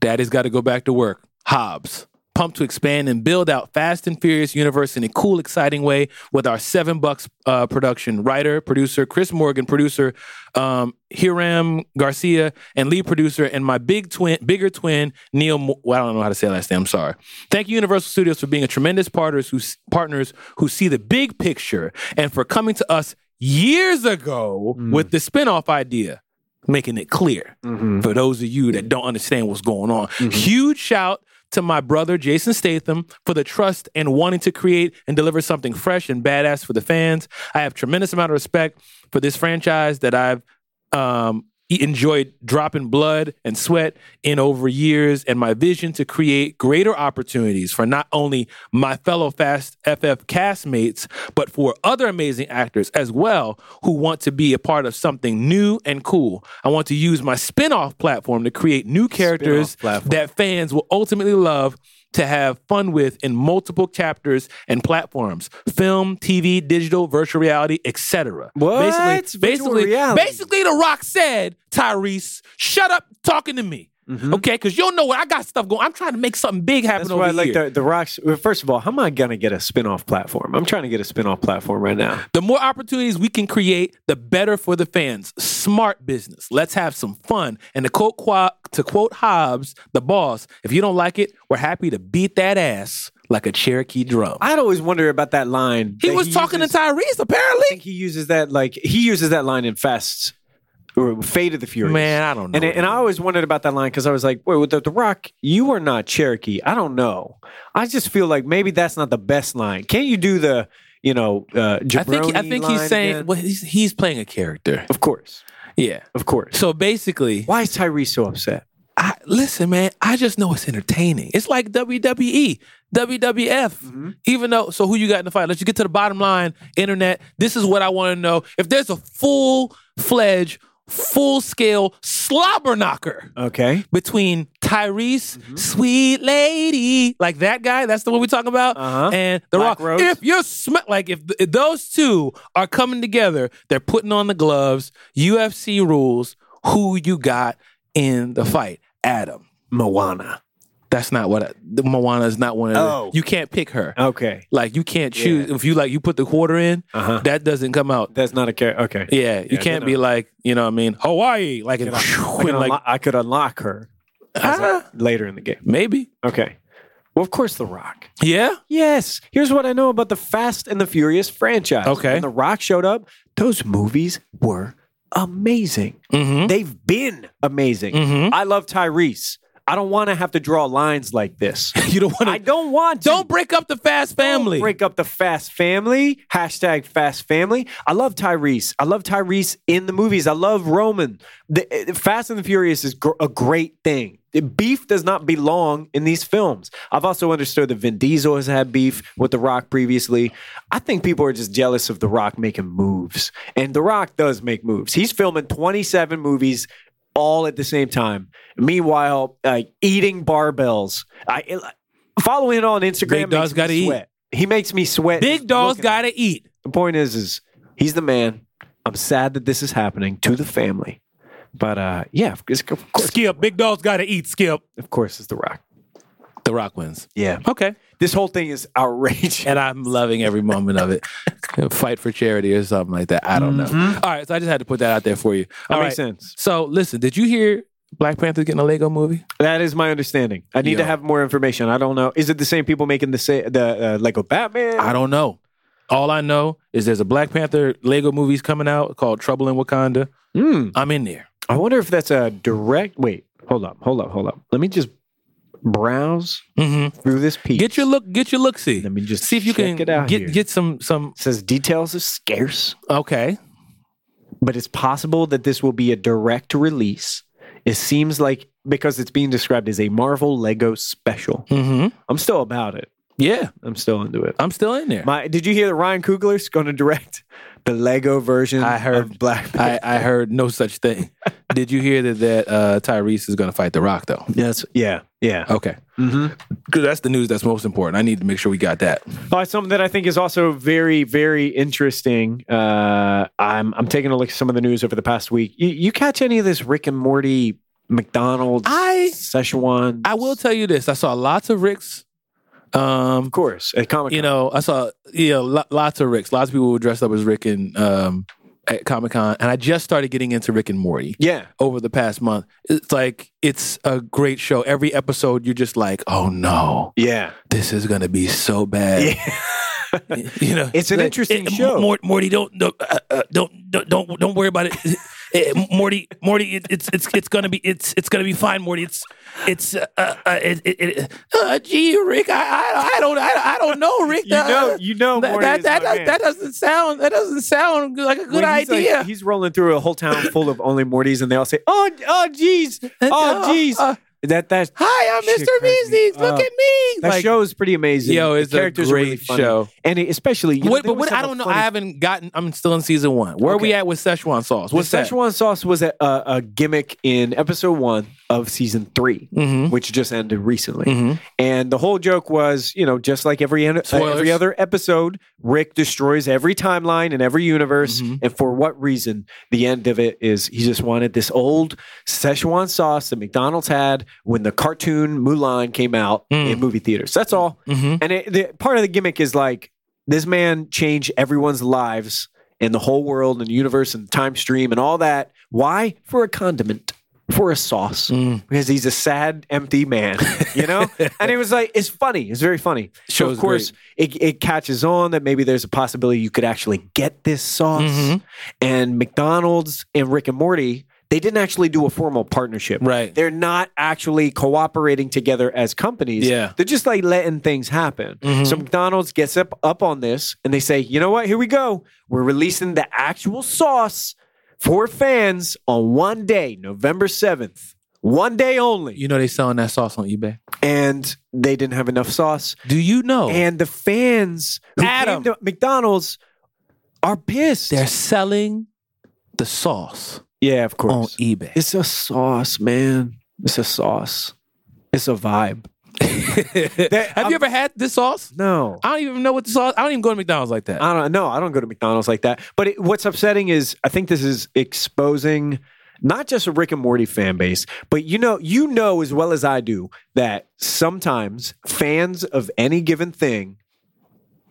Speaker 1: Daddy's got to go back to work. Hobbs. Pumped to expand and build out Fast and Furious universe in a cool, exciting way with our Seven Bucks uh, production. Writer, producer, Chris Morgan, producer, um, Hiram Garcia, and lead producer, and my big twin, bigger twin, Neil. Mo- well, I don't know how to say that last name. I'm sorry. Thank you, Universal Studios, for being a tremendous partners who partners who see the big picture and for coming to us years ago with the spinoff idea, making it clear for those of you that don't understand what's going on. Huge shout to my brother Jason Statham for the trust and wanting to create and deliver something fresh and badass for the fans. I have tremendous amount of respect for this franchise that I've um, e- enjoyed dropping blood and sweat in over years, and my vision to create greater opportunities for not only my fellow Fast FF castmates, but for other amazing actors as well who want to be a part of something new and cool. I want to use my spin off platform to create new characters
Speaker 2: platform.
Speaker 1: that fans will ultimately love. To have fun with in multiple chapters and platforms, film, TV, digital, virtual reality, etc.
Speaker 2: What?
Speaker 1: Basically,
Speaker 2: Virtual
Speaker 1: basically,
Speaker 2: reality.
Speaker 1: basically, The Rock said, Tyrese, shut up talking to me. Okay, because you don't know what I got stuff going. I'm trying to make something big happen
Speaker 2: Mm-hmm. That's
Speaker 1: over
Speaker 2: why I like
Speaker 1: here.
Speaker 2: the, the Rock's. Well, first of all, how am I going to get a spin off platform? I'm trying to get a spin off platform right now.
Speaker 1: The more opportunities we can create, the better for the fans. Smart business. Let's have some fun. And to quote Qua- to quote Hobbs, the boss, if you don't like it, we're happy to beat that ass like a Cherokee drum.
Speaker 2: I'd always wonder about that line.
Speaker 1: he
Speaker 2: that
Speaker 1: was talking
Speaker 2: uses-
Speaker 1: to Tyrese
Speaker 2: I
Speaker 1: apparently.
Speaker 2: think he uses that like he uses that line in Fast or Fate of the Furious.
Speaker 1: Man, I don't know.
Speaker 2: And, and I always wondered about that line because I was like, wait, with the, the Rock, you are not Cherokee. I don't know. I just feel like maybe that's not the best line. Can't you do the, you know, uh,
Speaker 1: I think I
Speaker 2: jabroni
Speaker 1: think he's
Speaker 2: line
Speaker 1: saying
Speaker 2: again?
Speaker 1: well, he's, he's playing a character.
Speaker 2: of course,
Speaker 1: Yeah.
Speaker 2: of course.
Speaker 1: So basically,
Speaker 2: Why is Tyrese so upset?
Speaker 1: I, listen, man, I just know it's entertaining. It's like E, WWE, WWF. Even though, so who you got in the fight? Let's you get to the bottom line, internet. This is what I want to know. If there's a full fledged, full scale slobber knocker
Speaker 2: Okay.
Speaker 1: between Tyrese,
Speaker 2: Mm-hmm.
Speaker 1: sweet lady, like that guy, that's the one we're talking about,
Speaker 2: Uh-huh.
Speaker 1: and The
Speaker 2: Black
Speaker 1: Rock.
Speaker 2: Rose.
Speaker 1: If you're sm- like, if, th- if those two are coming together, they're putting on the gloves, UFC rules, who you got in the fight? Adam.
Speaker 2: Moana.
Speaker 1: That's not what I, the Moana is not one of the-
Speaker 2: Oh.
Speaker 1: You can't pick her.
Speaker 2: Okay.
Speaker 1: Like you can't choose if you like you put the quarter in,
Speaker 2: Uh-huh.
Speaker 1: that doesn't come out.
Speaker 2: That's not a character. Okay.
Speaker 1: Yeah, you
Speaker 2: Yeah,
Speaker 1: can't
Speaker 2: they
Speaker 1: be like you know what I mean Hawaii like and,
Speaker 2: I could,
Speaker 1: and like
Speaker 2: unlo- I could unlock her as a-
Speaker 1: ah,
Speaker 2: later in the game.
Speaker 1: maybe
Speaker 2: Okay. Well, of course, The Rock.
Speaker 1: yeah
Speaker 2: Yes. Here's what I know about the Fast and the Furious franchise.
Speaker 1: Okay.
Speaker 2: When The Rock showed up, those movies were amazing.
Speaker 1: mm-hmm.
Speaker 2: They've been amazing.
Speaker 1: Mhm.
Speaker 2: I love Tyrese. I don't want to have to draw lines like this.
Speaker 1: you don't want
Speaker 2: I
Speaker 1: to
Speaker 2: don't want to.
Speaker 1: don't break up the fast family.
Speaker 2: Don't break up the fast family. Hashtag fast family. I love Tyrese. I love Tyrese in the movies. I love Roman. The, uh, fast and the Furious is gr- a great thing. The Beef does not belong in these films. I've also understood that Vin Diesel has had beef with The Rock previously. I think people are just jealous of The Rock making moves. And The Rock does make moves. He's filming 27 movies all at the same time. Meanwhile, like eating barbells. I eh, following it on Instagram.
Speaker 1: Big dog's
Speaker 2: makes me
Speaker 1: gotta eat.
Speaker 2: sweat. He makes me sweat.
Speaker 1: Big
Speaker 2: just
Speaker 1: dogs
Speaker 2: looking at
Speaker 1: got
Speaker 2: him.
Speaker 1: to eat.
Speaker 2: The point is, is he's the man. I'm sad that this is happening to the family, but uh, yeah, of course, of course,
Speaker 1: Skip. Big dogs got to eat. Skip.
Speaker 2: of course, it's The Rock.
Speaker 1: The Rock wins.
Speaker 2: Yeah,
Speaker 1: Okay,
Speaker 2: this whole thing is outrageous.
Speaker 1: and I'm loving every moment of it. Fight for charity or something like that. I don't know. All right, so I just had to put that out there for you.
Speaker 2: Mm-hmm. That
Speaker 1: All right.
Speaker 2: makes sense.
Speaker 1: So listen, did you hear Black Panther's getting a Lego movie?
Speaker 2: That is my understanding. I need
Speaker 1: Yo.
Speaker 2: to have more information. I don't know. Is it the same people making the sa- the uh, Lego Batman?
Speaker 1: I don't know. All I know is there's a Black Panther Lego movie's coming out called Trouble in Wakanda.
Speaker 2: Hmm.
Speaker 1: I'm in there.
Speaker 2: I wonder if that's a direct. Wait, hold up, hold up, hold up. Let me just browse
Speaker 1: Mm-hmm.
Speaker 2: through this piece.
Speaker 1: Get your look. Get your look. See.
Speaker 2: Let me just
Speaker 1: see if you
Speaker 2: check
Speaker 1: can
Speaker 2: it out
Speaker 1: get
Speaker 2: here.
Speaker 1: get some some.
Speaker 2: It says details are scarce,
Speaker 1: Okay.
Speaker 2: but it's possible that this will be a direct release. It seems like because it's being described as a Marvel Lego special.
Speaker 1: Mm-hmm.
Speaker 2: I'm still about it.
Speaker 1: Yeah,
Speaker 2: I'm still into it. Um,
Speaker 1: I'm still in there.
Speaker 2: My, did you hear that Ryan Coogler's going to direct the Lego version?
Speaker 1: I
Speaker 2: of
Speaker 1: heard
Speaker 2: Black. Panther?
Speaker 1: I, I heard no such thing. Did you hear that that uh, Tyrese is going to fight The Rock though?
Speaker 2: yes. Yeah. Yeah.
Speaker 1: Okay.
Speaker 2: Mm-hmm.
Speaker 1: Because that's the news that's most important. I need to make sure we got that.
Speaker 2: Uh, something that I think is also very, very interesting. Uh, I'm I'm taking a look at some of the news over the past week. You, you catch any of this Rick and Morty, McDonald's,
Speaker 1: I-
Speaker 2: Szechuan?
Speaker 1: I will tell you this. I saw lots of Ricks. Um,
Speaker 2: of course, at Comic
Speaker 1: you know, I saw you know lo- lots of Ricks. Lots of people were dressed up as Rick and um, at Comic Con, and I just started getting into Rick and Morty
Speaker 2: yeah,
Speaker 1: over the past month. It's like it's a great show. Every episode, you're just like, oh no,
Speaker 2: yeah,
Speaker 1: this is gonna be so bad. you know,
Speaker 2: It's an
Speaker 1: like,
Speaker 2: interesting
Speaker 1: eh,
Speaker 2: show.
Speaker 1: Mor- Morty, don't don't, uh, uh, don't don't don't don't worry about it. Eh, eh, Morty, Morty, it, it's it's it's gonna be it's it's gonna be fine, Morty. It's it's uh, uh, uh, it, it, it, uh gee, Rick, I I, I don't I, I don't know, Rick.
Speaker 2: You know- you know
Speaker 1: that
Speaker 2: Morty
Speaker 1: that
Speaker 2: is
Speaker 1: that,
Speaker 2: my
Speaker 1: does,
Speaker 2: man.
Speaker 1: that doesn't sound that doesn't sound good- like a good
Speaker 2: When he's like-
Speaker 1: idea.
Speaker 2: he's rolling through a whole town full of only Mortys, and they all say, "Oh, oh, geez, oh,
Speaker 1: uh,
Speaker 2: geez."
Speaker 1: uh,
Speaker 2: that that
Speaker 1: Hi, I'm
Speaker 2: Shit
Speaker 1: Mr.
Speaker 2: cracks me
Speaker 1: Beasties. Look at
Speaker 2: up.
Speaker 1: me.
Speaker 2: that show is pretty amazing.
Speaker 1: Yo,
Speaker 2: The
Speaker 1: it's a
Speaker 2: characters are really
Speaker 1: great
Speaker 2: funny.
Speaker 1: show.
Speaker 2: and it, especially you
Speaker 1: Wait,
Speaker 2: they
Speaker 1: but what?
Speaker 2: always
Speaker 1: I
Speaker 2: have a
Speaker 1: don't know.
Speaker 2: funny
Speaker 1: I haven't gotten. I'm still in season one. Where are we
Speaker 2: Okay.
Speaker 1: at with Szechuan sauce? What's
Speaker 2: the
Speaker 1: that?
Speaker 2: Szechuan sauce was a, a, a gimmick in episode one of season 3
Speaker 1: Mm-hmm.
Speaker 2: which just ended recently. And the whole joke was, you know, just like every en- uh,
Speaker 1: Spoilers.
Speaker 2: every other episode, Rick destroys every timeline and every universe. And for what reason? The end of it is he just wanted this old Szechuan sauce that McDonald's had when the cartoon Mulan came out in movie theaters. That's all.
Speaker 1: Mm-hmm.
Speaker 2: And it, the, part of the gimmick is like this man changed everyone's lives and the whole world and universe and time stream and all that. Why? For a condiment, for a sauce,
Speaker 1: Mm.
Speaker 2: because he's a sad, empty man, you know? and it was like, it's funny. It's very funny. So, of
Speaker 1: Show's
Speaker 2: course, it, it catches on that maybe there's a possibility you could actually get this sauce.
Speaker 1: Mm-hmm.
Speaker 2: And McDonald's and Rick and Morty. They didn't actually do a formal partnership.
Speaker 1: Right.
Speaker 2: They're not actually cooperating together as companies.
Speaker 1: Yeah. Mm-hmm.
Speaker 2: They're just like letting things happen. So McDonald's gets up up on this and they say, you know what? Here we go. We're releasing the actual sauce for fans on one day, November 7th. One day only.
Speaker 1: You know they selling that sauce on eBay.
Speaker 2: And they didn't have enough sauce.
Speaker 1: Do you know
Speaker 2: And the fans who
Speaker 1: Adam.
Speaker 2: came to McDonald's are pissed.
Speaker 1: they're selling the sauce
Speaker 2: yeah, of
Speaker 1: on
Speaker 2: course.
Speaker 1: eBay?
Speaker 2: It's a sauce, man. It's a sauce. It's a vibe.
Speaker 1: Have you ever had this sauce?
Speaker 2: No.
Speaker 1: I don't even know what the sauce. I don't even go to McDonald's like that.
Speaker 2: I don't know. I don't go to McDonald's like that. But it, what's upsetting is I think this is exposing not just a Rick and Morty fan base, but you know, you know as well as I do that sometimes fans of any given thing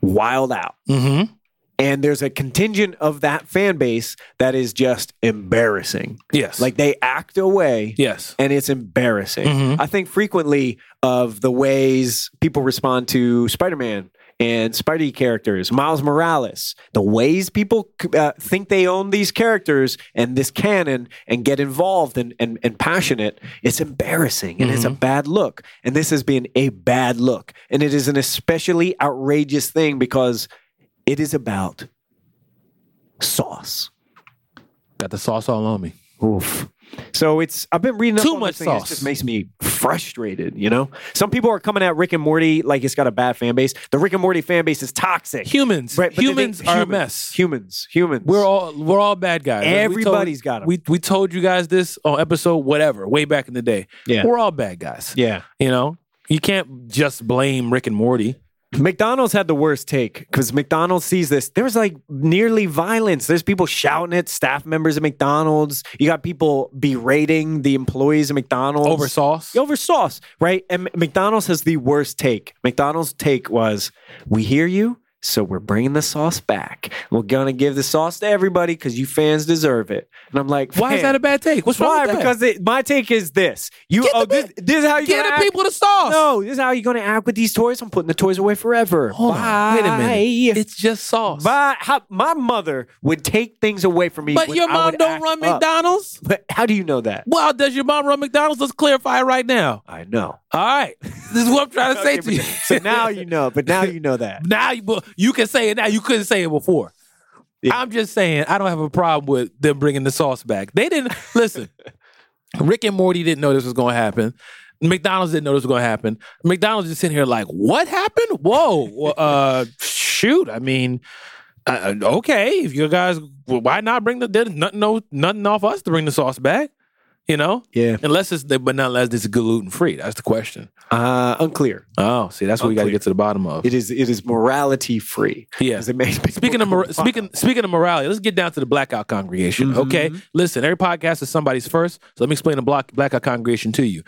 Speaker 2: wild out.
Speaker 1: Mm-hmm.
Speaker 2: And there's a contingent of that fan base that is just embarrassing.
Speaker 1: Yes.
Speaker 2: Like they act away
Speaker 1: yes.
Speaker 2: and it's embarrassing. I think frequently of the ways people respond to Spider Man and Spidey characters, Miles Morales, the ways people uh, think they own these characters and this canon and get involved and, and, and passionate, it's embarrassing and it's a bad look. And this has been a bad look. And it is an especially outrageous thing because it is about sauce.
Speaker 1: Got the sauce all on me.
Speaker 2: Oof. So it's I've been reading up
Speaker 1: Too
Speaker 2: on
Speaker 1: much
Speaker 2: this thing. It
Speaker 1: sauce.
Speaker 2: just makes me frustrated. You know, some people are coming at Rick and Morty like it's got a bad fan base. The Rick and Morty fan base is toxic.
Speaker 1: Humans.
Speaker 2: Right, but they-
Speaker 1: humans are a
Speaker 2: humans,
Speaker 1: mess.
Speaker 2: Humans. Humans.
Speaker 1: We're all we're all bad guys.
Speaker 2: Everybody's
Speaker 1: Everybody's
Speaker 2: got 'em.
Speaker 1: We we told you guys this on episode whatever way back in the day.
Speaker 2: Yeah.
Speaker 1: we're all bad guys.
Speaker 2: yeah.
Speaker 1: you know you can't just blame Rick and Morty.
Speaker 2: McDonald's had the worst take because McDonald's sees this. There's like nearly violence. There's people shouting at staff members at McDonald's. You got people berating the employees at McDonald's
Speaker 1: Over sauce?
Speaker 2: Over sauce, right? And M- McDonald's has the worst take. McDonald's take was, "We hear you, so we're bringing the sauce back. We're gonna give the sauce to everybody because you fans deserve it." And I'm like,
Speaker 1: Why is
Speaker 2: "Fam,
Speaker 1: that a bad take? What's wrong
Speaker 2: Why?
Speaker 1: with that?
Speaker 2: Because it, my take is this: you,
Speaker 1: Get the
Speaker 2: oh, this,
Speaker 1: man-
Speaker 2: this is how you
Speaker 1: give
Speaker 2: gonna
Speaker 1: the
Speaker 2: act-
Speaker 1: people the sauce.
Speaker 2: no, this is how you're going to act with these toys. I'm putting the toys away forever.
Speaker 1: Hold on. Wait a minute.
Speaker 2: Bye.
Speaker 1: It's just sauce.
Speaker 2: Bye. How- my mother would take things away from me.
Speaker 1: But
Speaker 2: when
Speaker 1: your
Speaker 2: I
Speaker 1: mom
Speaker 2: would
Speaker 1: don't
Speaker 2: act
Speaker 1: run
Speaker 2: up.
Speaker 1: McDonald's.
Speaker 2: But how do you know that?
Speaker 1: Well, does your mom run McDonald's? Let's clarify right now.
Speaker 2: I know.
Speaker 1: All right, this is what I'm trying to say to you.
Speaker 2: So now you know. But now you know that.
Speaker 1: now you, well, you can say it now. You couldn't say it before.
Speaker 2: Yeah.
Speaker 1: I'm just saying I don't have a problem with them bringing the sauce back. They didn't listen. Rick and Morty didn't know this was going to happen. McDonald's didn't know this was going to happen. McDonald's just sitting here like, what happened? Whoa, uh, shoot. I mean, uh, okay, if you guys, well, why not bring the there's nothing, no, nothing off us to bring the sauce back? You know,
Speaker 2: Yeah.
Speaker 1: unless it's but not unless it's gluten free. That's the question.
Speaker 2: Uh, unclear.
Speaker 1: Oh, see, that's what we got to
Speaker 2: Unclear.
Speaker 1: get to the bottom of.
Speaker 2: It is. It is morality free.
Speaker 1: Yeah. Speaking of mor- speaking speaking of morality, let's get down to the blackout congregation. Okay, listen. Every podcast is somebody's first, so let me explain the block blackout congregation to you.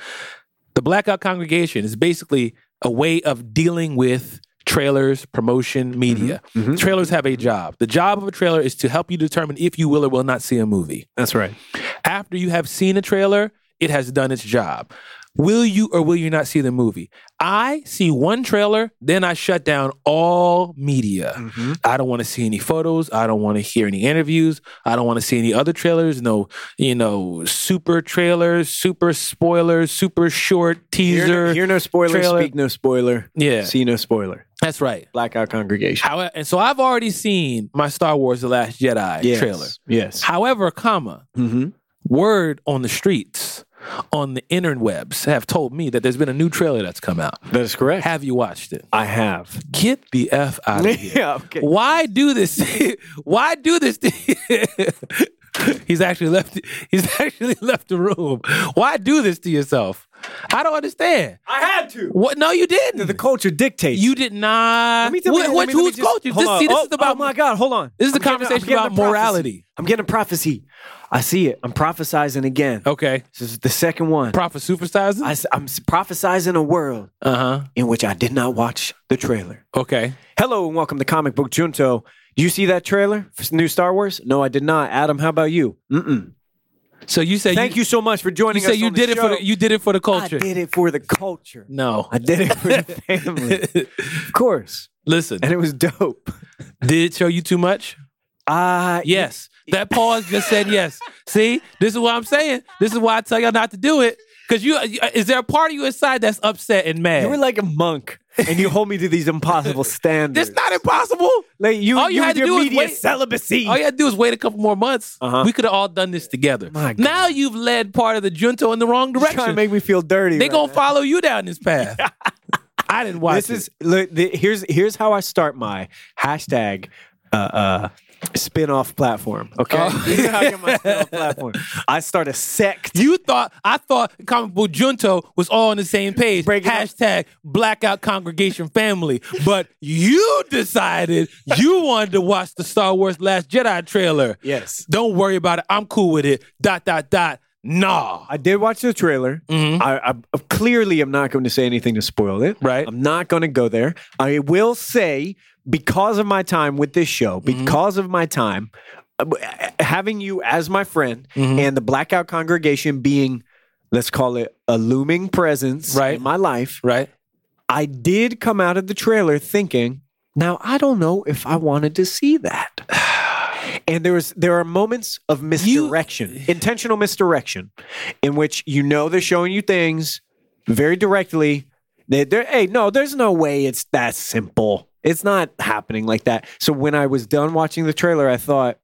Speaker 1: The blackout congregation is basically a way of dealing with trailers, promotion, media. Trailers have a job. The job of a trailer is to help you determine if you will or will not see a movie.
Speaker 2: That's right.
Speaker 1: After you have seen a trailer, it has done its job. Will you or will you not see the movie? I see one trailer, then I shut down all media.
Speaker 2: Mm-hmm.
Speaker 1: I don't want to see any photos. I don't want to hear any interviews. I don't want to see any other trailers. No, you know, super trailers, super spoilers, super short
Speaker 2: Hear,
Speaker 1: teaser.
Speaker 2: no- hear no spoiler.
Speaker 1: trailer-
Speaker 2: Speak no spoiler.
Speaker 1: Yeah.
Speaker 2: See no spoiler.
Speaker 1: That's right.
Speaker 2: Blackout congregation.
Speaker 1: However, and so I've already seen my Star Wars: The Last Jedi
Speaker 2: Yes.
Speaker 1: trailer.
Speaker 2: Yes.
Speaker 1: However, comma,
Speaker 2: Mhm.
Speaker 1: word on the streets, on the interwebs have told me that there's been a new trailer that's come out.
Speaker 2: That is correct.
Speaker 1: Have you watched it?
Speaker 2: I have.
Speaker 1: Get the F out of here.
Speaker 2: yeah. Okay.
Speaker 1: Why do this? Why do this? He's actually left. He's actually left the room. Why do this to yourself? I don't understand.
Speaker 2: I had to.
Speaker 1: What? No, you didn't.
Speaker 2: The culture dictates.
Speaker 1: you did not.
Speaker 2: Let me- let me-
Speaker 1: What,
Speaker 2: let
Speaker 1: what,
Speaker 2: me- let me
Speaker 1: who's
Speaker 2: just-
Speaker 1: coaching?
Speaker 2: hold
Speaker 1: This,
Speaker 2: on.
Speaker 1: see, this
Speaker 2: oh,
Speaker 1: is about.
Speaker 2: oh my God, hold on.
Speaker 1: This is a
Speaker 2: I'm getting- I'm
Speaker 1: conversation
Speaker 2: getting a
Speaker 1: about
Speaker 2: prophecy.
Speaker 1: morality.
Speaker 2: I'm getting a prophecy. I see it. I'm prophesizing again.
Speaker 1: Okay,
Speaker 2: This is the second one.
Speaker 1: Prophet supersizing.
Speaker 2: I, am prophesizing a world
Speaker 1: Uh huh.
Speaker 2: in which I did not watch the trailer.
Speaker 1: Okay.
Speaker 2: Hello and welcome to Comic Book Junto. Do you see that trailer for new Star Wars? No, I did not. Adam, how about you? Mm-mm.
Speaker 1: So you say
Speaker 2: Thank you, so much for joining
Speaker 1: You say
Speaker 2: us.
Speaker 1: you
Speaker 2: on
Speaker 1: did
Speaker 2: the
Speaker 1: it for
Speaker 2: show.
Speaker 1: the, you did it for the culture.
Speaker 2: I did it for the culture.
Speaker 1: No.
Speaker 2: I did it for the family, of course,
Speaker 1: Listen,
Speaker 2: and it was dope.
Speaker 1: did it show you too much?
Speaker 2: Uh,
Speaker 1: Yes. That pause just said yes. See, this is what I'm saying. This is why I tell y'all not to do it. Cause you, is there a part of you inside that's upset and mad?
Speaker 2: You were like a monk, and you hold me to these impossible standards.
Speaker 1: it's not impossible.
Speaker 2: like you,
Speaker 1: all you
Speaker 2: you,
Speaker 1: had
Speaker 2: with
Speaker 1: to
Speaker 2: your
Speaker 1: do was
Speaker 2: media
Speaker 1: wait-
Speaker 2: celibacy.
Speaker 1: All you had to do is wait a couple more months.
Speaker 2: Uh-huh.
Speaker 1: We could have all done this together.
Speaker 2: My God.
Speaker 1: Now you've led part of the junto in the wrong
Speaker 2: You're trying to
Speaker 1: direction.
Speaker 2: make me feel dirty.
Speaker 1: they
Speaker 2: right
Speaker 1: gonna
Speaker 2: now.
Speaker 1: follow you down this path. I didn't watch
Speaker 2: This is look, the, here's here's how I start my hashtag. Uh, uh, spin-off platform. Okay,
Speaker 1: Oh.
Speaker 2: This is how I get my spin-off platform. I start a sect.
Speaker 1: You thought I thought comic book junto was all on the same page.
Speaker 2: Break it up.
Speaker 1: Hashtag blackout congregation family. But you decided you wanted to watch the Star Wars Last Jedi trailer.
Speaker 2: Yes,
Speaker 1: Don't worry about it. I'm cool with it. Dot dot dot. Nah.
Speaker 2: I did watch the trailer. I, I, I clearly am not going to say anything to spoil it.
Speaker 1: Right.
Speaker 2: I'm not going to go there. I will say, because of my time with this show, because of my time, uh, having you as my friend and the Blackout congregation being, let's call it a looming presence
Speaker 1: Right.
Speaker 2: in my life,
Speaker 1: Right.
Speaker 2: I did come out of the trailer thinking, now I don't know if I wanted to see that. And there was there are moments of misdirection, intentional misdirection, in which you know they're showing you things very directly. They, they're, hey, no, there's no way it's that simple. It's not happening like that. So when I was done watching the trailer, I thought,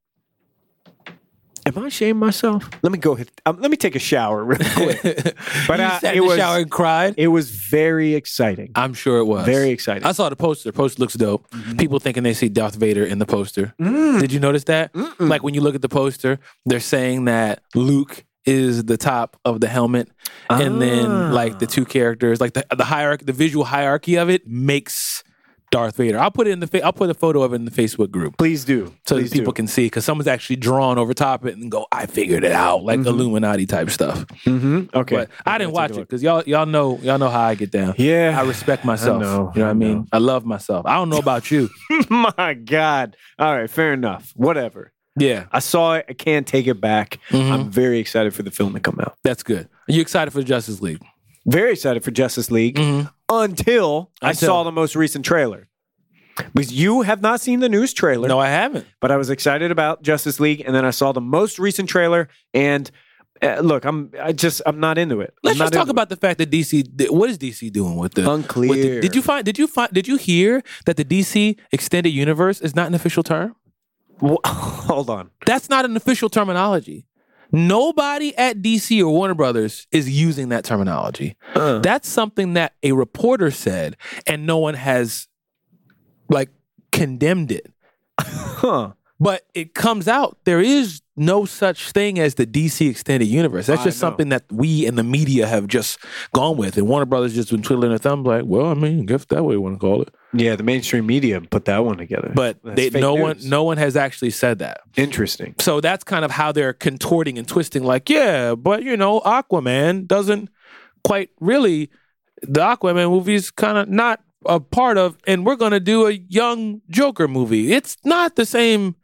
Speaker 2: "Am I ashamed of myself? Let me go. Hit, um, let me take a shower real quick."
Speaker 1: But
Speaker 2: But
Speaker 1: you
Speaker 2: I-
Speaker 1: sat in
Speaker 2: it
Speaker 1: the
Speaker 2: was-
Speaker 1: shower and cried.
Speaker 2: it was very exciting.
Speaker 1: I'm sure it was
Speaker 2: Very exciting.
Speaker 1: I saw the poster. Poster looks dope.
Speaker 2: Mm-hmm.
Speaker 1: People thinking they see Darth Vader in the poster.
Speaker 2: Mm.
Speaker 1: Did you notice that? Like when you look at the poster, they're saying that Luke is the top of the helmet, and then like the two characters, like the the hierarchy, the visual hierarchy of it makes Darth Vader. I'll put it in the fa- I'll put a photo of it in the Facebook group
Speaker 2: Please do.
Speaker 1: so
Speaker 2: Please
Speaker 1: that people
Speaker 2: do.
Speaker 1: can see because someone's actually drawn over top it and go, I figured it out, like Illuminati type stuff.
Speaker 2: Mm-hmm. Okay.
Speaker 1: But I didn't watch it because y'all y'all know y'all know how I get down.
Speaker 2: Yeah.
Speaker 1: I respect myself.
Speaker 2: know,
Speaker 1: you know what I
Speaker 2: I
Speaker 1: mean?
Speaker 2: know.
Speaker 1: I love myself. I don't know about you.
Speaker 2: My God. All right. Fair enough. Whatever.
Speaker 1: yeah,
Speaker 2: I saw it. I can't take it back.
Speaker 1: Mm-hmm.
Speaker 2: I'm very excited for the film to come out.
Speaker 1: that's good. Are you excited for Justice League?
Speaker 2: Very excited for Justice League
Speaker 1: Mm-hmm.
Speaker 2: until I
Speaker 1: Mm. Until-
Speaker 2: saw the most recent trailer. Because you have not seen the news trailer,
Speaker 1: No, I haven't.
Speaker 2: but I was excited about Justice League, and then I saw the most recent trailer. And uh, look, I'm I just I'm not into it.
Speaker 1: Let's
Speaker 2: I'm not
Speaker 1: just talk
Speaker 2: into it.
Speaker 1: about the fact that DC. th- What is DC doing with the
Speaker 2: Unclear.
Speaker 1: with the- did you find? Did you find? Did you hear that the DC extended universe is not an official term?
Speaker 2: Wha- Hold on.
Speaker 1: That's not an official terminology. Nobody at DC or Warner Brothers is using that terminology. That's something that a reporter said, and no one has like condemned it.
Speaker 2: Huh.
Speaker 1: But it comes out there is no such thing as the DC extended universe. That's
Speaker 2: I
Speaker 1: just
Speaker 2: know.
Speaker 1: something that we and the media have just gone with. And Warner Brothers just been twiddling their thumbs like, well, I mean, if that way you want to call it.
Speaker 2: Yeah, the mainstream media put that one together.
Speaker 1: But
Speaker 2: That's
Speaker 1: they,
Speaker 2: fake
Speaker 1: no one
Speaker 2: news.
Speaker 1: no one has actually said that.
Speaker 2: Interesting.
Speaker 1: So that's kind of how they're contorting and twisting, like, yeah, but you know, Aquaman doesn't quite really the Aquaman movie's kind of not a part of, and we're gonna do a young Joker movie. It's not the same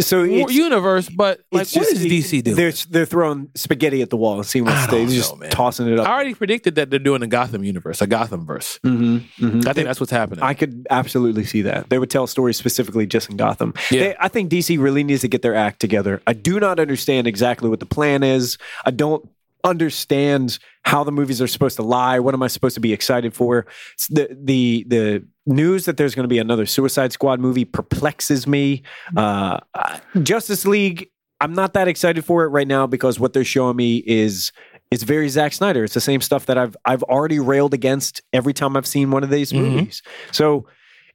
Speaker 2: So it's,
Speaker 1: universe, but like,
Speaker 2: it's
Speaker 1: what
Speaker 2: just-
Speaker 1: is DC doing?
Speaker 2: They're they're throwing spaghetti at the wall and seeing what
Speaker 1: I
Speaker 2: stays.
Speaker 1: don't
Speaker 2: They're Just
Speaker 1: know, man.
Speaker 2: tossing it up.
Speaker 1: I already predicted that they're doing a Gotham universe, a Gotham verse.
Speaker 2: Mm-hmm,
Speaker 1: I think that's what's happening.
Speaker 2: I could absolutely see that. They would tell stories specifically just in Gotham.
Speaker 1: Yeah.
Speaker 2: They, I think DC really needs to get their act together. I do not understand exactly what the plan is. I don't understand how the movies are supposed to lie. What am I supposed to be excited for? It's The the the news that there's going to be another Suicide Squad movie perplexes me. Uh, I- Justice League. I'm not that excited for it right now because what they're showing me is it's very Zack Snyder. It's the same stuff that I've I've already railed against every time I've seen one of these movies. So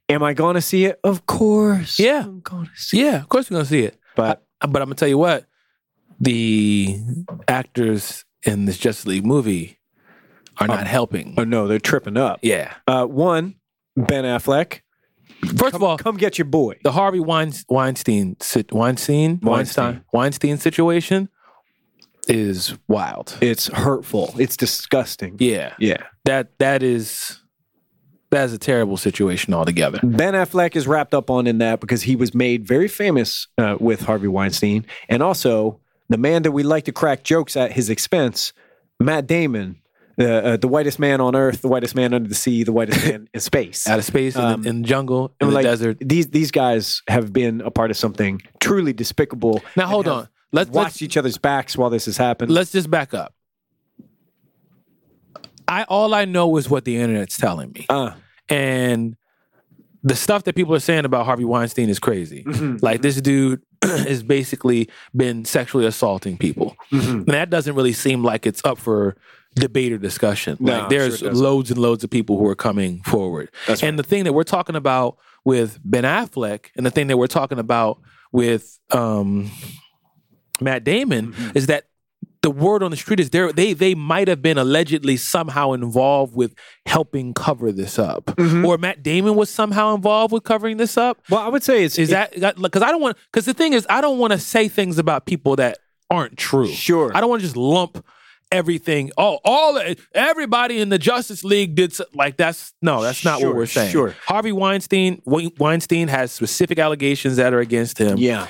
Speaker 2: am I going to see it? Of course.
Speaker 1: Yeah.
Speaker 2: I'm going to see it.
Speaker 1: yeah, of course we're gonna see it.
Speaker 2: But
Speaker 1: But I'm gonna tell you what, the actors in this Justice League movie are not helping.
Speaker 2: Oh no, they're tripping up.
Speaker 1: yeah.
Speaker 2: Uh, one, Ben Affleck.
Speaker 1: First of all,
Speaker 2: Come get your boy.
Speaker 1: the Harvey Wein- Weinstein sit- Weinstein Weinstein Weinstein situation is wild.
Speaker 2: It's hurtful. It's disgusting.
Speaker 1: Yeah,
Speaker 2: Yeah.
Speaker 1: that that is that is a terrible situation altogether.
Speaker 2: Ben Affleck is wrapped up on in that because he was made very famous uh, with Harvey Weinstein, and also the man that we like to crack jokes at his expense, Matt Damon, uh, uh, the whitest man on earth, the whitest man under the sea, the whitest man in space.
Speaker 1: Out of space in,
Speaker 2: Um,
Speaker 1: the, in the jungle in the
Speaker 2: like,
Speaker 1: desert.
Speaker 2: These these guys have been a part of something truly despicable.
Speaker 1: Now hold
Speaker 2: and
Speaker 1: on.
Speaker 2: have
Speaker 1: Let's
Speaker 2: watched
Speaker 1: let's,
Speaker 2: each other's backs while this has happened.
Speaker 1: let's just back up. I all I know is what the internet's telling me.
Speaker 2: uh,
Speaker 1: and the stuff that people are saying about Harvey Weinstein is crazy.
Speaker 2: Mm-hmm.
Speaker 1: Like this dude has basically been sexually assaulting people,
Speaker 2: Mm-hmm.
Speaker 1: and that doesn't really seem like it's up for debate or discussion.
Speaker 2: No,
Speaker 1: like there's
Speaker 2: sure doesn't.
Speaker 1: loads and loads of people who are coming forward,
Speaker 2: That's
Speaker 1: and the thing that we're talking about with Ben Affleck, and the thing that we're talking about with um, Matt Damon,
Speaker 2: Mm-hmm.
Speaker 1: is that. The word on the street is there. They they might have been allegedly somehow involved with helping cover this up,
Speaker 2: Mm-hmm.
Speaker 1: or Matt Damon was somehow involved with covering this up.
Speaker 2: well, I would say it's
Speaker 1: Is that because I don't want? Because the thing is, I don't want to say things about people that aren't true.
Speaker 2: Sure.
Speaker 1: I don't want to just lump everything. Oh, all everybody in the Justice League did so, like that's no, that's not
Speaker 2: Sure,
Speaker 1: what we're saying.
Speaker 2: sure.
Speaker 1: Harvey Weinstein Wein- Weinstein has specific allegations that are against him.
Speaker 2: yeah.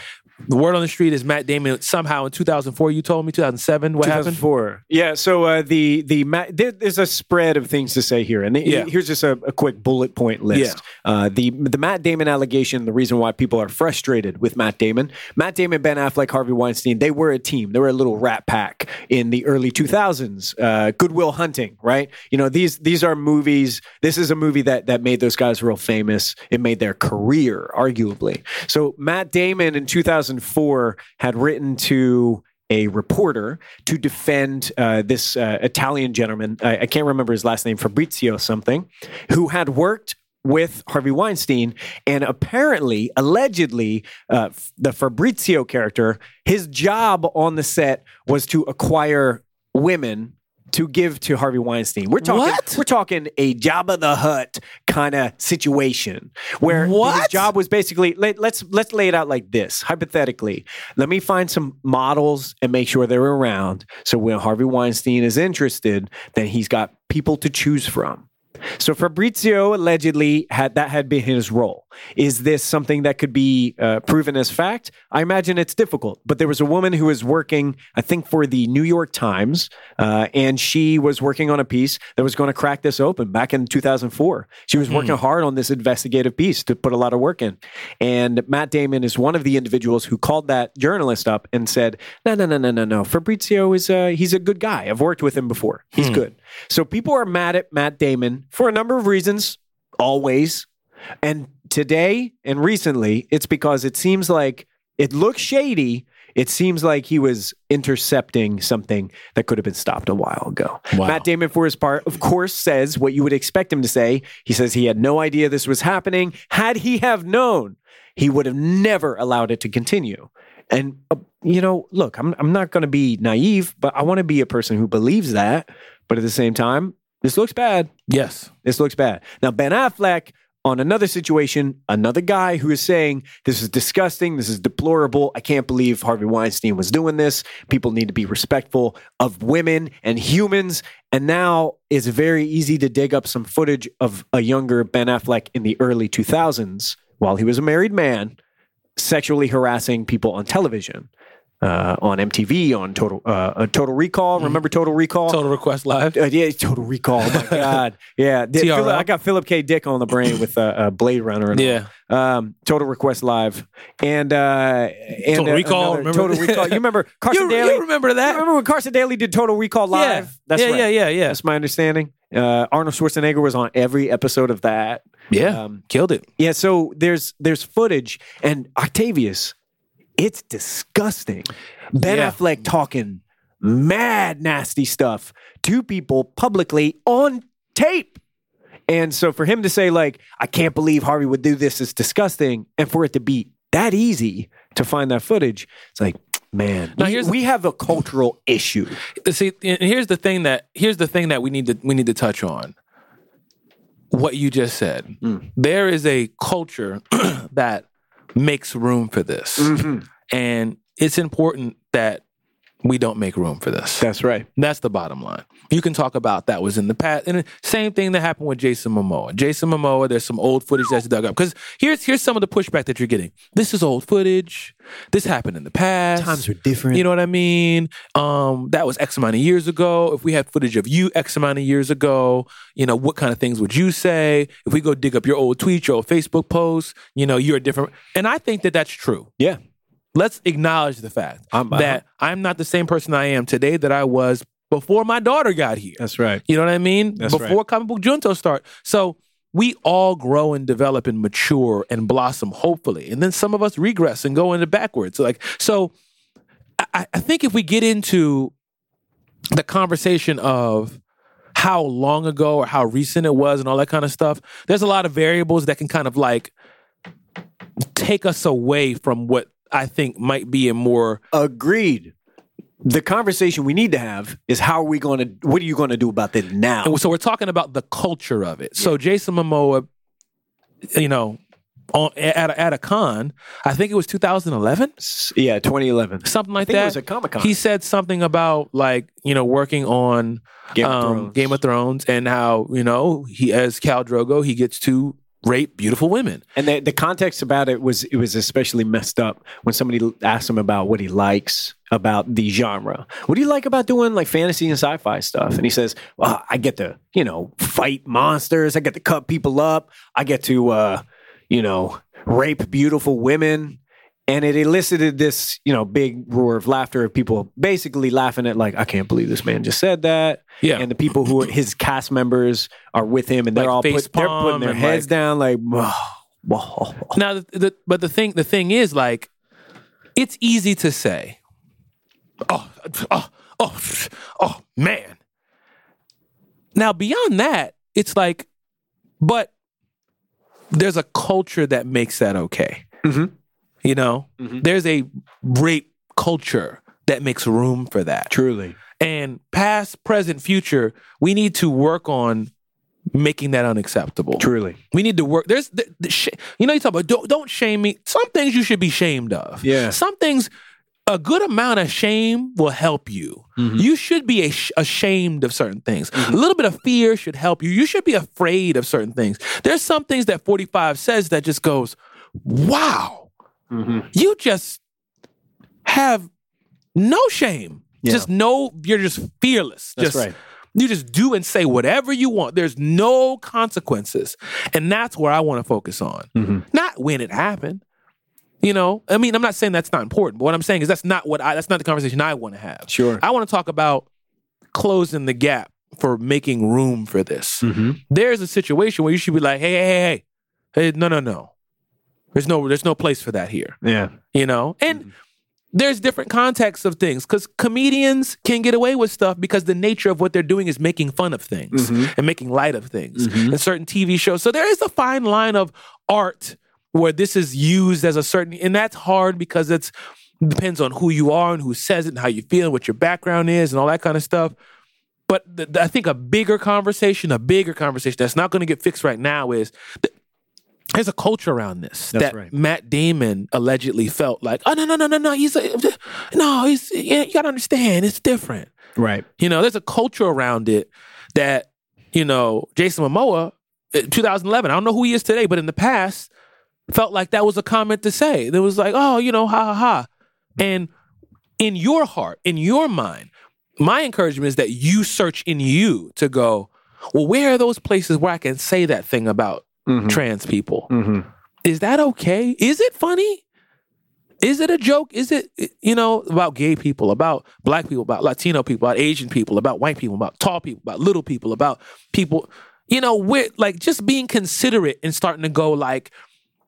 Speaker 1: The word on the street is Matt Damon somehow in 2004. You told me 2007. What happened?
Speaker 2: 2004. Yeah. So uh, the the ma- there, there's a spread of things to say here, and the-
Speaker 1: Yeah.
Speaker 2: here's just a, a quick bullet point list. Uh, the the Matt Damon allegation, the reason why people are frustrated with Matt Damon, Matt Damon, Ben Affleck, Harvey Weinstein, they were a team. They were a little rat pack in the early 2000s. Uh, Goodwill Hunting, right? You know these these are movies. This is a movie that that made those guys real famous. It made their career, arguably. So Matt Damon in 2004 had written to a reporter to defend uh, this uh, Italian gentleman. I, I can't remember his last name, Fabrizio something, who had worked with Harvey Weinstein. And apparently, allegedly, uh, f- the Fabrizio character, his job on the set was to acquire women. To give to Harvey Weinstein, we're talking
Speaker 1: What?
Speaker 2: we're talking a Jabba the Hutt kind of situation where his
Speaker 1: What?
Speaker 2: job was basically let, let's let's lay it out like this hypothetically let me find some models and make sure they're around so when harvey weinstein is interested then he's got people to choose from so fabrizio allegedly had that had been his role is this something that could be uh, proven as fact i imagine it's difficult but there was a woman who was working i think for the new york times uh, and she was working on a piece that was going to crack this open back in 2004 she was working hard on this investigative piece to put a lot of work in and matt damon is one of the individuals who called that journalist up and said no no no no no no fabrizio is uh, he's a good guy i've worked with him before he's good so people are mad at matt damon for a number of reasons always and today and recently, it's because it seems like it looks shady. It seems like he was intercepting something that could have been stopped a while ago.
Speaker 1: Wow.
Speaker 2: Matt Damon, for his part, of course, says what you would expect him to say. He says he had no idea this was happening. Had he have known, he would have never allowed it to continue. And uh, you know, look, I'm I'm not going to be naive, but I want to be a person who believes that. But at the same time, this looks bad.
Speaker 1: Yes.
Speaker 2: This looks bad. Now, Ben Affleck on another situation, another guy who is saying, This is disgusting. This is deplorable. I can't believe Harvey Weinstein was doing this. People need to be respectful of women and humans. And now it's very easy to dig up some footage of a younger Ben Affleck in the early 2000s while he was a married man sexually harassing people on television. Uh, on MTV, on Total uh, uh, Total Recall. Remember Total Recall?
Speaker 1: Total Request Live.
Speaker 2: Uh, yeah, Total Recall. Oh my God, yeah. Did-
Speaker 1: TRL.
Speaker 2: Philip- I got Philip K. Dick on the brain with uh, uh, Blade Runner. And all.
Speaker 1: Yeah.
Speaker 2: Um, Total Request Live and uh, and
Speaker 1: Total
Speaker 2: uh,
Speaker 1: Recall,
Speaker 2: another-
Speaker 1: remember?
Speaker 2: Total Recall. You remember Carson
Speaker 1: You,
Speaker 2: Daly?
Speaker 1: you remember
Speaker 2: You
Speaker 1: that?
Speaker 2: remember when Carson Daly did Total Recall Live?
Speaker 1: Yeah.
Speaker 2: That's
Speaker 1: yeah,
Speaker 2: right.
Speaker 1: yeah, yeah, yeah,
Speaker 2: That's my understanding. Uh, Arnold Schwarzenegger was on every episode of that.
Speaker 1: yeah.
Speaker 2: Um,
Speaker 1: Killed it.
Speaker 2: yeah, so there's there's footage and Octavius, it's disgusting. Ben
Speaker 1: Yeah.
Speaker 2: Affleck talking mad nasty stuff to people publicly on tape. And so for him to say like I can't believe Harvey would do this is disgusting and for it to be that easy to find that footage, it's like man.
Speaker 1: Now,
Speaker 2: we,
Speaker 1: here's-
Speaker 2: we have a cultural issue.
Speaker 1: see and here's the thing that here's the thing that we need to we need to touch on what you just said
Speaker 2: Mm.
Speaker 1: there is a culture that makes room for this
Speaker 2: Mm-hmm.
Speaker 1: and it's important that we don't make room for this
Speaker 2: That's right.
Speaker 1: that's the bottom line. You can talk about that was in the past, and the same thing that happened with Jason Momoa. Jason Momoa, there's some old footage that's dug up because here's here's some of the pushback that you're getting. This is old footage. This happened in the past.
Speaker 2: Times are different.
Speaker 1: You know what I mean? Um, that was X amount of years ago. If we had footage of you X amount of years ago, you know what kind of things would you say? If we go dig up your old tweets, your old Facebook posts, you know you're a different. And I think that that's true
Speaker 2: Yeah.
Speaker 1: let's acknowledge the fact
Speaker 2: I'm- I'm-
Speaker 1: that I'm not the same person I am today that I was before my daughter got here.
Speaker 2: That's right.
Speaker 1: You know what I mean?
Speaker 2: That's
Speaker 1: before
Speaker 2: right.
Speaker 1: comic book junto start. So we all grow and develop and mature and blossom, hopefully. And then some of us regress and go into backwards. Like so I- I, I think if we get into the conversation of how long ago or how recent it was and all that kind of stuff, there's a lot of variables that can kind of like take us away from what I think might be a more
Speaker 2: Agreed. The conversation we need to have is how are we going to, what are you going to do about this now?
Speaker 1: And so we're talking about the culture of it. So Jason Momoa, you know, on, at a, at a con, I think it was 2011,
Speaker 2: yeah, 2011.
Speaker 1: something like
Speaker 2: I think
Speaker 1: that.
Speaker 2: it was a Comic Con.
Speaker 1: He said something about like you know working on
Speaker 2: Game of
Speaker 1: um,
Speaker 2: Thrones.
Speaker 1: Game of Thrones and how you know he as Cal Drogo he gets to rape beautiful women.
Speaker 2: And the, the context about it was it was especially messed up when somebody l- asked him about what he likes about the genre. What do you like about doing like fantasy and sci-fi stuff? And he says, well, I get to you know fight monsters. I get to cut people up. I get to uh, you know rape beautiful women. And it elicited this, you know, big roar of laughter of people basically laughing at like, I can't believe this man just said that.
Speaker 1: Yeah.
Speaker 2: And the people who are his cast members are with him and they're
Speaker 1: Like
Speaker 2: all put, they're
Speaker 1: facepalm
Speaker 2: putting their
Speaker 1: and,
Speaker 2: heads
Speaker 1: like-
Speaker 2: down like, Whoa.
Speaker 1: Now, the, the, but the thing the thing is like it's easy to say, oh oh oh oh man. Now beyond that, it's like, but there's a culture that makes that okay.
Speaker 2: Mhm.
Speaker 1: You know, there's a rape culture that makes room for that.
Speaker 2: Truly.
Speaker 1: And past, present, future, we need to work on making that unacceptable.
Speaker 2: Truly.
Speaker 1: We need to work. There's the, the sh- you know you talk about don't don't shame me. Some things you should be shamed of.
Speaker 2: Yeah.
Speaker 1: Some things a good amount of shame will help you. You should be ash- ashamed of certain things. A little bit of fear should help you. You should be afraid of certain things. There's some things that 45 says that just goes, "Wow. You just have no shame.
Speaker 2: Yeah.
Speaker 1: Just no you're just fearless.
Speaker 2: That's
Speaker 1: just
Speaker 2: right.
Speaker 1: you just do and say whatever you want. There's no consequences. And that's where I want to focus on.
Speaker 2: Mm-hmm.
Speaker 1: Not when it happened. You know, I mean, I'm not saying that's not important, but what I'm saying is that's not what I that's not the conversation I want to have.
Speaker 2: Sure.
Speaker 1: I want to talk about closing the gap for making room for this.
Speaker 2: Hmm.
Speaker 1: There's a situation where you should be like, hey, hey, hey, hey, hey, no, no, no. There's no there's no place for that here
Speaker 2: Yeah.
Speaker 1: you know and there's different contexts of things because comedians can get away with stuff because the nature of what they're doing is making fun of things and making light of things and certain tv shows so there is a fine line of art where this is used as a certain and that's hard because it's depends on who you are and who says it and how you feel and what your background is and all that kind of stuff but th- th- i think a bigger conversation a bigger conversation that's not going to get fixed right now is th- there's a culture around this
Speaker 2: That's
Speaker 1: that
Speaker 2: right.
Speaker 1: Matt Damon allegedly felt like, oh no no no no no, he's a, no, he's yeah, you gotta understand, it's different.
Speaker 2: Right.
Speaker 1: You know, there's a culture around it that you know Jason Momoa, uh, 2011. I don't know who he is today, but in the past, felt like that was a comment to say. There was like, oh, you know, ha ha ha, and in your heart, in your mind, my encouragement is that you search in you to go. Well, where are those places where I can say that thing about
Speaker 2: Mm.
Speaker 1: trans people?
Speaker 2: Mm-hmm.
Speaker 1: is that okay? Is it funny? Is it a joke? Is it you know about gay people, about black people, about Latino people, about Asian people, about white people, about tall people, about little people, about people, you know, we're like just being considerate and starting to go like,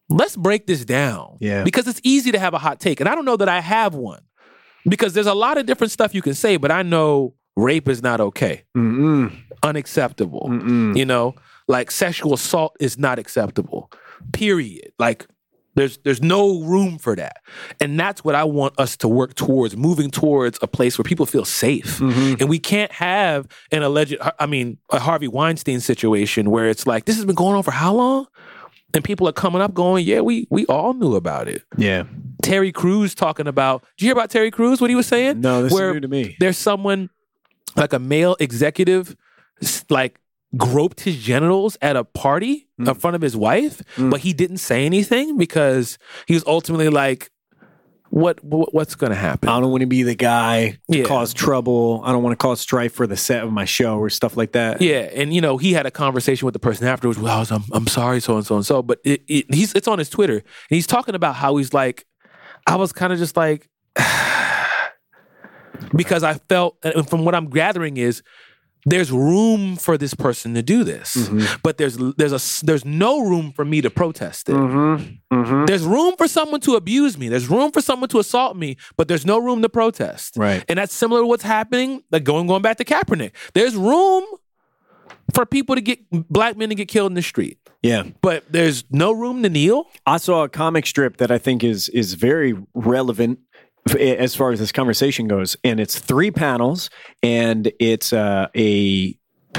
Speaker 1: let's break this down.
Speaker 2: Yeah.
Speaker 1: Because it's easy to have a hot take. And I don't know that I have one. Because there's a lot of different stuff you can say, but I know rape is not okay
Speaker 2: Mm-mm.
Speaker 1: unacceptable. You know, like sexual assault is not acceptable. Period. Like There's there's no room for that, and that's what I want us to work towards, moving towards a place where people feel safe, and we can't have an alleged, I mean, a Harvey Weinstein situation where it's like this has been going on for how long, and people are coming up going, yeah, we we all knew about it.
Speaker 2: Yeah.
Speaker 1: Terry Crews talking about. Did you hear about Terry Crews? What he was saying?
Speaker 2: No, this
Speaker 1: Where
Speaker 2: is new to me.
Speaker 1: There's someone like a male executive, s- like groped his genitals at a party in front of his wife, but he didn't say anything because he was ultimately like, "What? what what's going to happen?"
Speaker 2: I don't want to be the guy to
Speaker 1: Yeah.
Speaker 2: cause trouble. I don't want to cause strife for the set of my show or stuff like that.
Speaker 1: yeah, and you know he had a conversation with the person afterwards. Well, I was- I'm, I'm sorry, so and so and so. But it, it, he's it's on his Twitter, and he's talking about how he's like, I was kind of just like, because I felt, and from what I'm gathering is, there's room for this person to do this, but there's there's a there's no room for me to protest it. There's room for someone to abuse me. There's room for someone to assault me, but there's no room to protest.
Speaker 2: Right.
Speaker 1: And that's similar to what's happening, like going going back to Kaepernick. There's room for people to get black men to get killed in the street.
Speaker 2: Yeah.
Speaker 1: But there's no room to kneel.
Speaker 2: I saw a comic strip that I think is is very relevant f- as far as this conversation goes, and it's three panels, and it's uh, a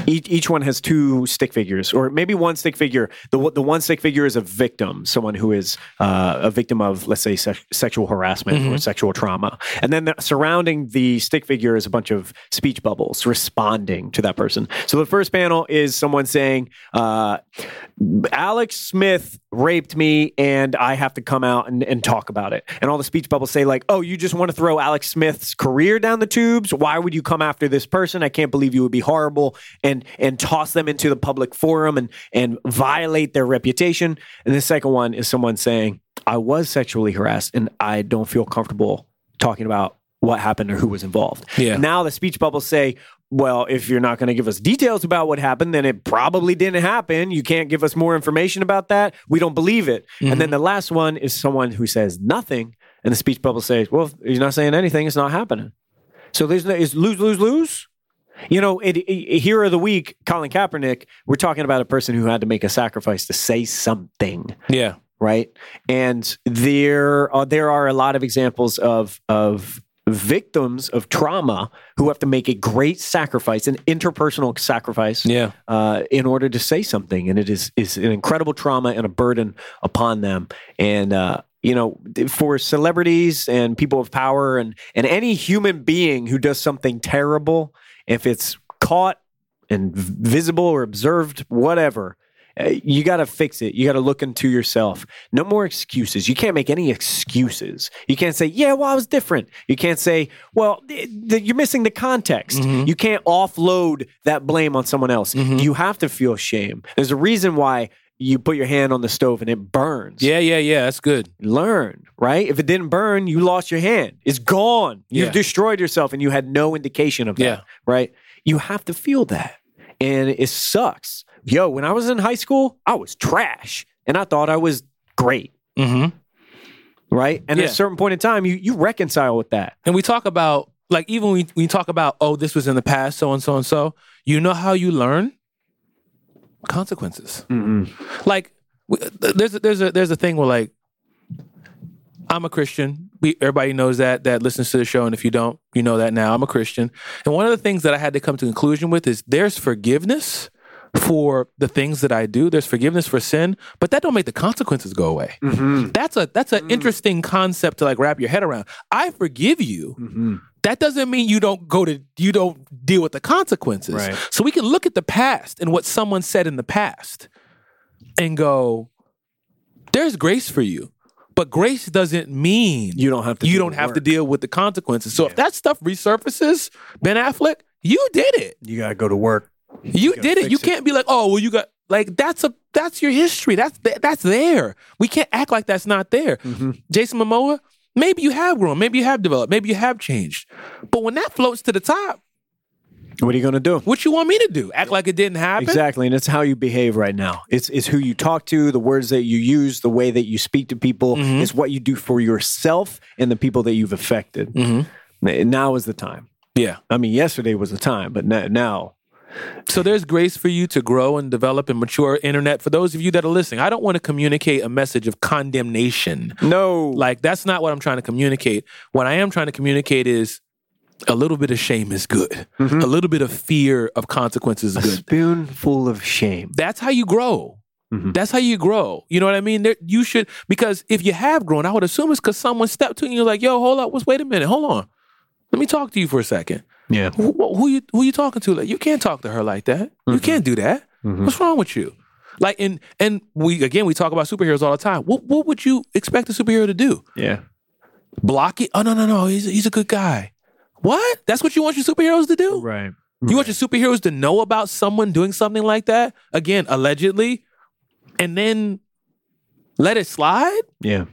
Speaker 2: each, each one has two stick figures, or maybe one stick figure. The one- the one stick figure is a victim, someone who is uh, a victim of, let's say, se- sexual harassment or sexual trauma, and then the, surrounding the stick figure is a bunch of speech bubbles responding to that person. So the first panel is someone saying, uh, Alex Smith raped me and I have to come out and, and talk about it. And all the speech bubbles say, like, oh, you just want to throw Alex Smith's career down the tubes? Why would you come after this person? I can't believe you would be horrible and and toss them into the public forum and and violate their reputation. And the second one is someone saying, I was sexually harassed and I don't feel comfortable talking about what happened or who was involved.
Speaker 1: Yeah.
Speaker 2: Now the speech bubbles say, well, if you're not going to give us details about what happened, then it probably didn't happen. You can't give us more information about that. We don't believe it. And then the last one is someone who says nothing, and the speech bubble says, well, if you're not saying anything, it's not happening. So there's no, it's lose, lose, lose. You know, it, it, hero of the week, Colin Kaepernick. We're talking about a person who had to make a sacrifice to say something
Speaker 1: Yeah.
Speaker 2: right? And there are, there are a lot of examples of of victims of trauma who have to make a great sacrifice, an interpersonal sacrifice,
Speaker 1: Yeah.
Speaker 2: uh, in order to say something, and it is is an incredible trauma and a burden upon them, and. Uh, you know, for celebrities and people of power and, and any human being who does something terrible, if it's caught and v- visible or observed, whatever, uh, you got to fix it. You got to look into yourself. No more excuses. You can't make any excuses. You can't say, yeah, well, I was different. You can't say, well, th- th- you're missing the context. You can't offload that blame on someone else. You have to feel shame. There's a reason why you put your hand on the stove and it burns.
Speaker 1: Yeah, yeah, yeah. That's good.
Speaker 2: Learn, right? If it didn't burn, you lost your hand. It's gone. You've
Speaker 1: Yeah.
Speaker 2: destroyed yourself and you had no indication of that,
Speaker 1: Yeah.
Speaker 2: right? You have to feel that. And it sucks. Yo, when I was in high school, I was trash and I thought I was great,
Speaker 1: Mm-hmm.
Speaker 2: right? And at
Speaker 1: Yeah.
Speaker 2: a certain point in time, you, you reconcile with that.
Speaker 1: And we talk about like even when we talk about, oh, this was in the past, so and so and so, you know how you learn? Consequences. Like w- th- there's a, there's a there's a thing where like I'm a Christian. We everybody knows that that listens to the show, and if you don't, you know that now. I'm a Christian, and one of the things that I had to come to conclusion with is there's forgiveness for the things that I do. There's forgiveness for sin, but that don't make the consequences go away. That's a that's an interesting concept to like wrap your head around. I forgive you. That doesn't mean you don't go to you don't deal with the consequences.
Speaker 2: Right.
Speaker 1: So we can look at the past and what someone said in the past and go, there's grace for you. But grace doesn't mean
Speaker 2: You don't have to
Speaker 1: you
Speaker 2: do
Speaker 1: don't
Speaker 2: the
Speaker 1: have to
Speaker 2: work.
Speaker 1: deal with the consequences. So if that stuff resurfaces, Ben Affleck, you did it.
Speaker 2: You got to go to work.
Speaker 1: You did it.
Speaker 2: fix
Speaker 1: You
Speaker 2: it.
Speaker 1: can't be like, oh, well, you got like that's a that's your history. That's th- that's there. We can't act like that's not there.
Speaker 2: Mm-hmm.
Speaker 1: Jason Momoa, maybe you have grown, maybe you have developed, maybe you have changed. But when that floats to the top,
Speaker 2: What are you going to do?
Speaker 1: what you want me to do? Act like it didn't happen?
Speaker 2: Exactly, and it's how you behave right now. It's it's who you talk to, the words that you use, the way that you speak to people. It's what you do for yourself and the people that you've Mm-hmm. affected. N- Now is the time.
Speaker 1: Yeah.
Speaker 2: I mean, yesterday was the time, but now, now
Speaker 1: So there's grace for you to grow and develop and mature internet. For those of you that are listening, I don't want to communicate a message of condemnation.
Speaker 2: No.
Speaker 1: Like that's not what I'm trying to communicate. What I am trying to communicate is a little bit of shame is good. A little bit of fear of consequences is good.
Speaker 2: spoonful of shame.
Speaker 1: That's how you grow.
Speaker 2: Mhm.
Speaker 1: That's how you grow. You know what I mean? There, you should because if you have grown, I would assume it's because someone stepped to you and you're like, "Yo, hold up, what's wait a minute, hold on, let me talk to you for a second.
Speaker 2: Yeah.
Speaker 1: Who, who you who you talking to? Like, you can't talk to her like that.
Speaker 2: Mm-hmm.
Speaker 1: You can't do that. What's wrong with you? Like, and and we again we talk about superheroes all the time. What what would you expect a superhero to do?
Speaker 2: Yeah.
Speaker 1: block it. Oh no, no, no. He's he's a good guy. What? That's what you want your superheroes to do?
Speaker 2: Right.
Speaker 1: You want your superheroes to know about someone doing something like that? Again, allegedly, and then let it slide?
Speaker 2: Yeah.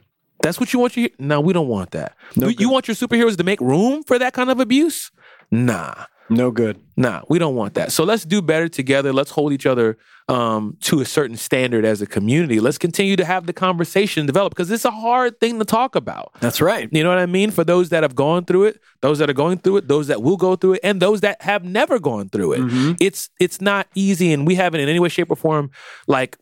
Speaker 1: That's what you want your No, we don't want that. you, you want your superheroes to make room for that kind of abuse? Nah.
Speaker 2: No good.
Speaker 1: Nah, we don't want that. So let's do better together. Let's hold each other um, to a certain standard as a community. Let's continue to have the conversation and develop because it's a hard thing to talk about.
Speaker 2: That's right.
Speaker 1: You know what I mean? For those that have gone through it, those that are going through it, those that will go through it, and those that have never gone through it.
Speaker 2: Mm-hmm.
Speaker 1: It's it's not easy, and we haven't in any way, shape, or form like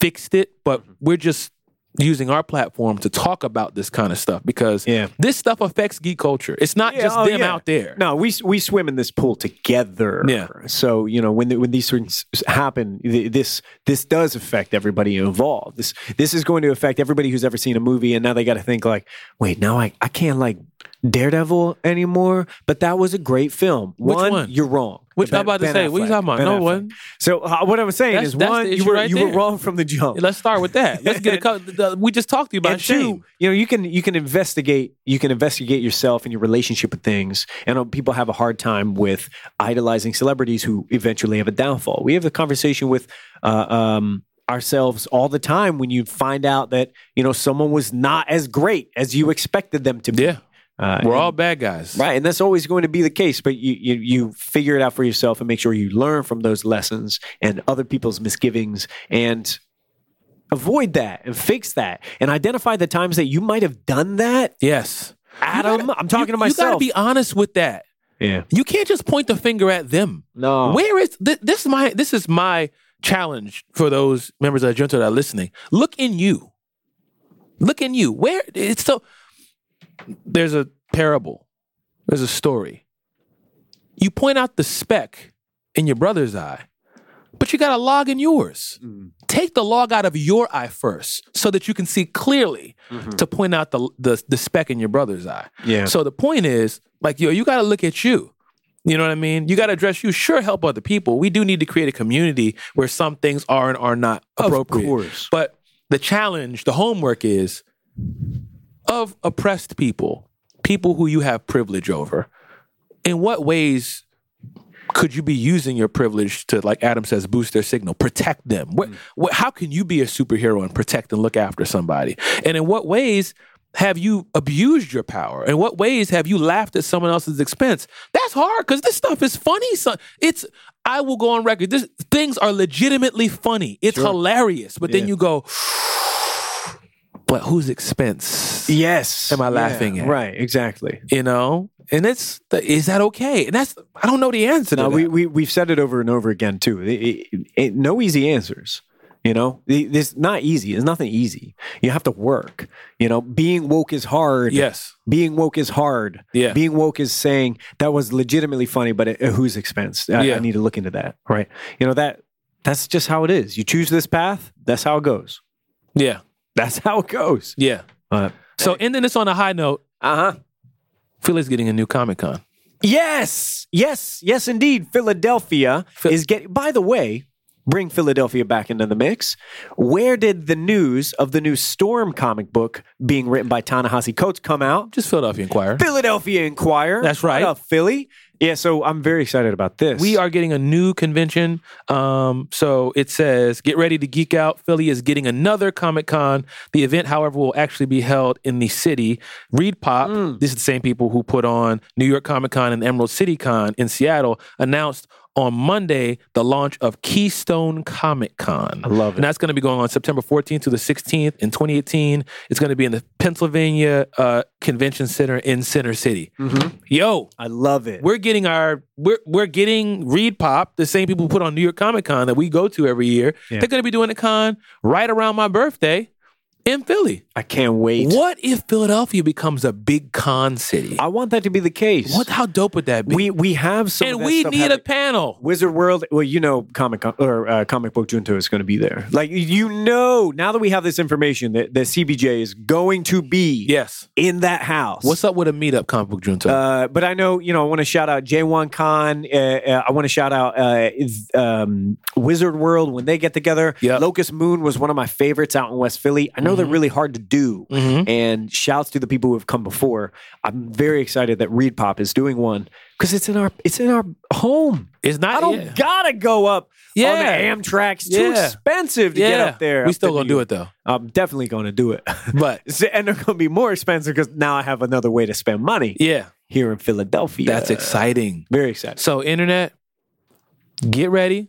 Speaker 1: fixed it, but we're just using our platform to talk about this kind of stuff because
Speaker 2: Yeah.
Speaker 1: this stuff affects geek culture. It's not just
Speaker 2: oh,
Speaker 1: them
Speaker 2: yeah.
Speaker 1: out there.
Speaker 2: No, we we swim in this pool together.
Speaker 1: Yeah.
Speaker 2: So you know when the, when these things happen, th- this this does affect everybody involved. This this is going to affect everybody who's ever seen a movie, and now they got to think like, wait, now I I can't like Daredevil anymore. But that was a great film.
Speaker 1: Which one?
Speaker 2: you're wrong.
Speaker 1: Which-
Speaker 2: Ben-
Speaker 1: I'm about to
Speaker 2: Ben
Speaker 1: say, what you
Speaker 2: Affleck.
Speaker 1: talking about?
Speaker 2: Ben
Speaker 1: No
Speaker 2: Affleck.
Speaker 1: one.
Speaker 2: So uh, what I'm saying
Speaker 1: That's-
Speaker 2: is,
Speaker 1: that's
Speaker 2: one,
Speaker 1: the
Speaker 2: you
Speaker 1: issue
Speaker 2: were
Speaker 1: right
Speaker 2: you were
Speaker 1: there.
Speaker 2: wrong from the jump
Speaker 1: Let's start with that. Let's get a couple. We just talked to you about
Speaker 2: and two,
Speaker 1: shame.
Speaker 2: you know, you can you can investigate you can investigate yourself and your relationship with things. And uh, people have a hard time with idolizing celebrities who eventually have a downfall. We have the conversation with uh, um, ourselves all the time when you find out that you know someone was not as great as you expected them to be.
Speaker 1: Yeah.
Speaker 2: Uh,
Speaker 1: We're all bad guys.
Speaker 2: Right, and that's always going to be the case. But you, you you figure it out for yourself and make sure you learn from those lessons and other people's misgivings and avoid that and fix that and identify the times that you might have done that.
Speaker 1: Yes.
Speaker 2: Adam, I'm talking to myself.
Speaker 1: You gotta be honest with that.
Speaker 2: yeah,
Speaker 1: You can't just point the finger at them.
Speaker 2: no,
Speaker 1: Where is th- this? Is my this is my challenge for those members of the junta that are listening. Look in you. Look in you. Where it's so. There's a parable. There's a story. You point out the speck in your brother's eye, but you got a log in yours.
Speaker 2: Mm-hmm.
Speaker 1: Take the log out of your eye first, so that you can see clearly to point out the, the the speck in your brother's eye.
Speaker 2: Mm-hmm. yeah,
Speaker 1: So the point is, like, yo, you got to look at you. You know what I mean? You got to address you. Sure, help other people. We do need to create a community where some things are and are not appropriate.
Speaker 2: course.
Speaker 1: But the challenge, the homework is of oppressed people, people who you have privilege over. In what ways could you be using your privilege to, like Adam says, boost their signal, protect them? What, what, how can you be a superhero and protect and look after somebody? And in what ways have you abused your power? In what ways have you laughed at someone else's expense? That's hard because this stuff is funny. Son. It's I will go on record. This things are legitimately funny. It's hilarious. But then you go, but whose expense?
Speaker 2: E yes.
Speaker 1: Am I laughing at?
Speaker 2: Right, exactly.
Speaker 1: You know, and it's is that okay? And that's I don't know the answer.
Speaker 2: No,
Speaker 1: to
Speaker 2: we,
Speaker 1: that.
Speaker 2: we we've said it over and over again too. It- it- it- no easy answers. You know, It- it's not easy. It's nothing easy. You have to work. You know, being woke is hard.
Speaker 1: yes,
Speaker 2: Being woke is hard.
Speaker 1: Yeah.
Speaker 2: Being woke is saying that was legitimately funny, but at, at whose expense? I,
Speaker 1: Yeah.
Speaker 2: I need to look into that. Right. You know that that's just how it is. You choose this path. That's how it goes.
Speaker 1: yeah,
Speaker 2: That's how it goes.
Speaker 1: yeah.
Speaker 2: Uh
Speaker 1: So ending this on a high note,
Speaker 2: huh.
Speaker 1: Philly's getting a new Comic Con.
Speaker 2: Yes, yes, yes, indeed. Philadelphia is getting. By the way, bring Philadelphia back into the mix. Where did the news of the new Storm comic book being written by Ta-Nehisi Coates come out?
Speaker 1: Just Philadelphia Inquirer.
Speaker 2: Philadelphia Inquirer.
Speaker 1: That's right.
Speaker 2: What up, Philly? Yeah, so I'm very excited about this.
Speaker 1: We are getting a new convention. Um, so it says, get ready to geek out. Philly is getting another Comic Con. The event, however, will actually be held in the city. Reed Pop,
Speaker 2: Hmm.
Speaker 1: this is the same people who put on New York Comic Con and Emerald City Con in Seattle, announced on Monday, the launch of Keystone Comic Con.
Speaker 2: I love
Speaker 1: And
Speaker 2: it.
Speaker 1: that's going to be going on September 14th to the 16th in 2018. It's going to be in the Pennsylvania uh, Convention Center in Center City.
Speaker 2: Mm-hmm.
Speaker 1: Yo,
Speaker 2: I love it.
Speaker 1: we're getting our we're we're getting Reed Pop, the same people who put on New York Comic Con that we go to every year.
Speaker 2: Yeah.
Speaker 1: They're going to be doing a con right around my birthday in Philly.
Speaker 2: I can't wait.
Speaker 1: What if Philadelphia becomes a big con city?
Speaker 2: I want that to be the case.
Speaker 1: What? How dope would that be?
Speaker 2: we we have some. of
Speaker 1: and
Speaker 2: that
Speaker 1: we
Speaker 2: stuff
Speaker 1: need
Speaker 2: happening.
Speaker 1: a panel.
Speaker 2: Wizard World, well, you know, comic Con- or uh, comic book Junto is going to be there. Like you know, now that we have this information that, that CBJ is going to be
Speaker 1: Yes.
Speaker 2: in that house.
Speaker 1: What's up with a meetup, comic book junto?
Speaker 2: uh, but I know, you know, I want to shout out J1 Con. Uh, uh, I want to shout out uh, is- um, Wizard World when they get together.
Speaker 1: Yep. Mm-hmm.
Speaker 2: Locust Moon was one of my favorites out in West Philly. I know they're really hard to do.
Speaker 1: Mhm.
Speaker 2: And shouts to the people who have come before. I'm very excited that Reed Pop is doing one because it's in our it's in our home.
Speaker 1: It's not.
Speaker 2: I don't
Speaker 1: yeah.
Speaker 2: gotta go up on
Speaker 1: Yeah.
Speaker 2: the Amtrak. It's too
Speaker 1: Yeah.
Speaker 2: expensive to get
Speaker 1: Yeah.
Speaker 2: up there.
Speaker 1: We
Speaker 2: up
Speaker 1: still
Speaker 2: to
Speaker 1: gonna
Speaker 2: New
Speaker 1: do
Speaker 2: York.
Speaker 1: it though.
Speaker 2: I'm definitely gonna do it.
Speaker 1: But
Speaker 2: So- and they're gonna be more expensive because now I have another way to spend money
Speaker 1: yeah,
Speaker 2: here in Philadelphia.
Speaker 1: that's exciting.
Speaker 2: Very excited.
Speaker 1: So internet, get ready.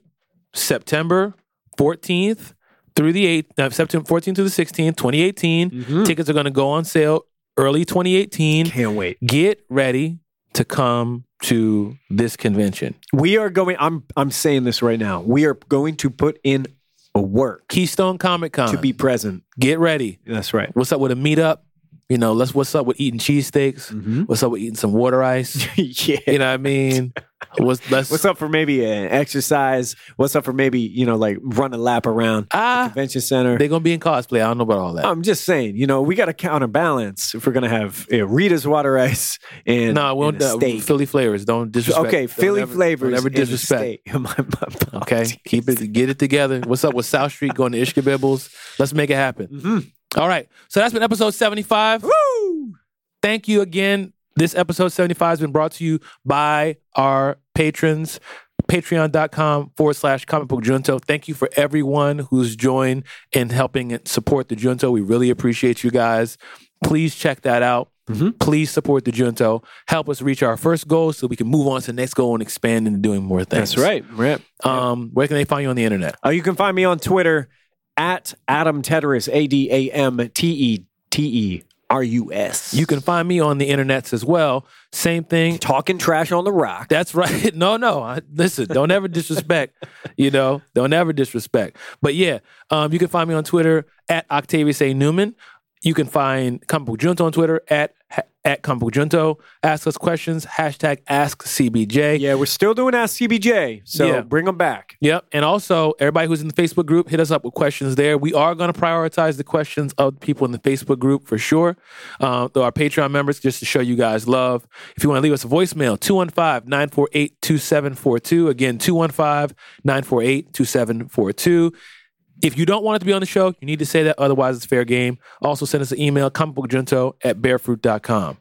Speaker 1: September 14th through the 8th, uh, September 14th through the 16th, 2018.
Speaker 2: Mm.
Speaker 1: Tickets are going to go on sale early 2018.
Speaker 2: Can't wait.
Speaker 1: Get ready to come to this convention.
Speaker 2: We are going. I'm I'm saying this right now. We are going to put in a work
Speaker 1: Keystone Comic Con.
Speaker 2: to be present.
Speaker 1: Get ready.
Speaker 2: That's right.
Speaker 1: What's up with a meetup? You know, let's what's up with eating cheesesteaks?
Speaker 2: Mm-hmm.
Speaker 1: What's up with eating some water ice?
Speaker 2: yeah.
Speaker 1: You know what I mean? What's let's
Speaker 2: What's up for maybe an exercise? What's up for maybe you know like run a lap around
Speaker 1: Ah,
Speaker 2: convention center?
Speaker 1: they're gonna be in cosplay. I don't know about all that.
Speaker 2: I'm just saying, you know, we got to counterbalance if we're gonna have uh, Rita's water ice and
Speaker 1: no, I won't.
Speaker 2: and a
Speaker 1: Uh,
Speaker 2: steak.
Speaker 1: Philly flavors. Don't disrespect.
Speaker 2: okay,
Speaker 1: don't
Speaker 2: Philly
Speaker 1: ever-
Speaker 2: flavors.
Speaker 1: Don't ever
Speaker 2: and a
Speaker 1: disrespect.
Speaker 2: steak. My- my
Speaker 1: Okay,
Speaker 2: apologies.
Speaker 1: keep it. Get it together. What's up with South Street going to Ishkabibbles? Let's make it happen. All right. So that's been episode 75.
Speaker 2: Woo!
Speaker 1: Thank you again. This episode 75 has been brought to you by our patrons. Patreon.com forward slash comic book junto. Thank you for everyone who's joined and helping it support the junto. We really appreciate you guys. Please check that out.
Speaker 2: Mm-hmm.
Speaker 1: Please support the junto. Help us reach our first goal so we can move on to the next goal and expand into doing more things.
Speaker 2: That's right, right.
Speaker 1: Um, where can they find you on the internet?
Speaker 2: Uh, you can find me on Twitter at Adam Teterus, A D A M T E T E R U S.
Speaker 1: You can find me on the internets as well. Same thing.
Speaker 2: talking trash on the rock.
Speaker 1: That's right. No, no. I, listen, don't ever disrespect. You know, don't ever disrespect. But yeah, um, you can find me on Twitter at Octavius A Newman. You can find Comic Book Junto on Twitter at at Comic Book Junto. Ask us questions. Hashtag Ask CBJ.
Speaker 2: yeah, we're still doing Ask CBJ, so
Speaker 1: Yeah.
Speaker 2: bring them back.
Speaker 1: Yep. And also, everybody who's in the Facebook group, hit us up with questions there. We are going to prioritize the questions of people in the Facebook group for sure. Uh, though our Patreon members, just to show you guys love. If you want to leave us a voicemail, 215 948 2742. Again, 215 948 2742. If you don't want it to be on the show, you need to say that. Otherwise, it's fair game. Also, send us an email, comicbookjunto at barefruit.com.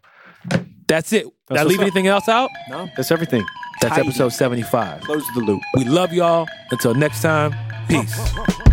Speaker 1: That's it. Did I
Speaker 2: what's
Speaker 1: leave
Speaker 2: up.
Speaker 1: anything else out?
Speaker 2: No, that's everything.
Speaker 1: That's
Speaker 2: Tight.
Speaker 1: episode 75.
Speaker 2: Close the loop.
Speaker 1: We love y'all. Until next time, peace.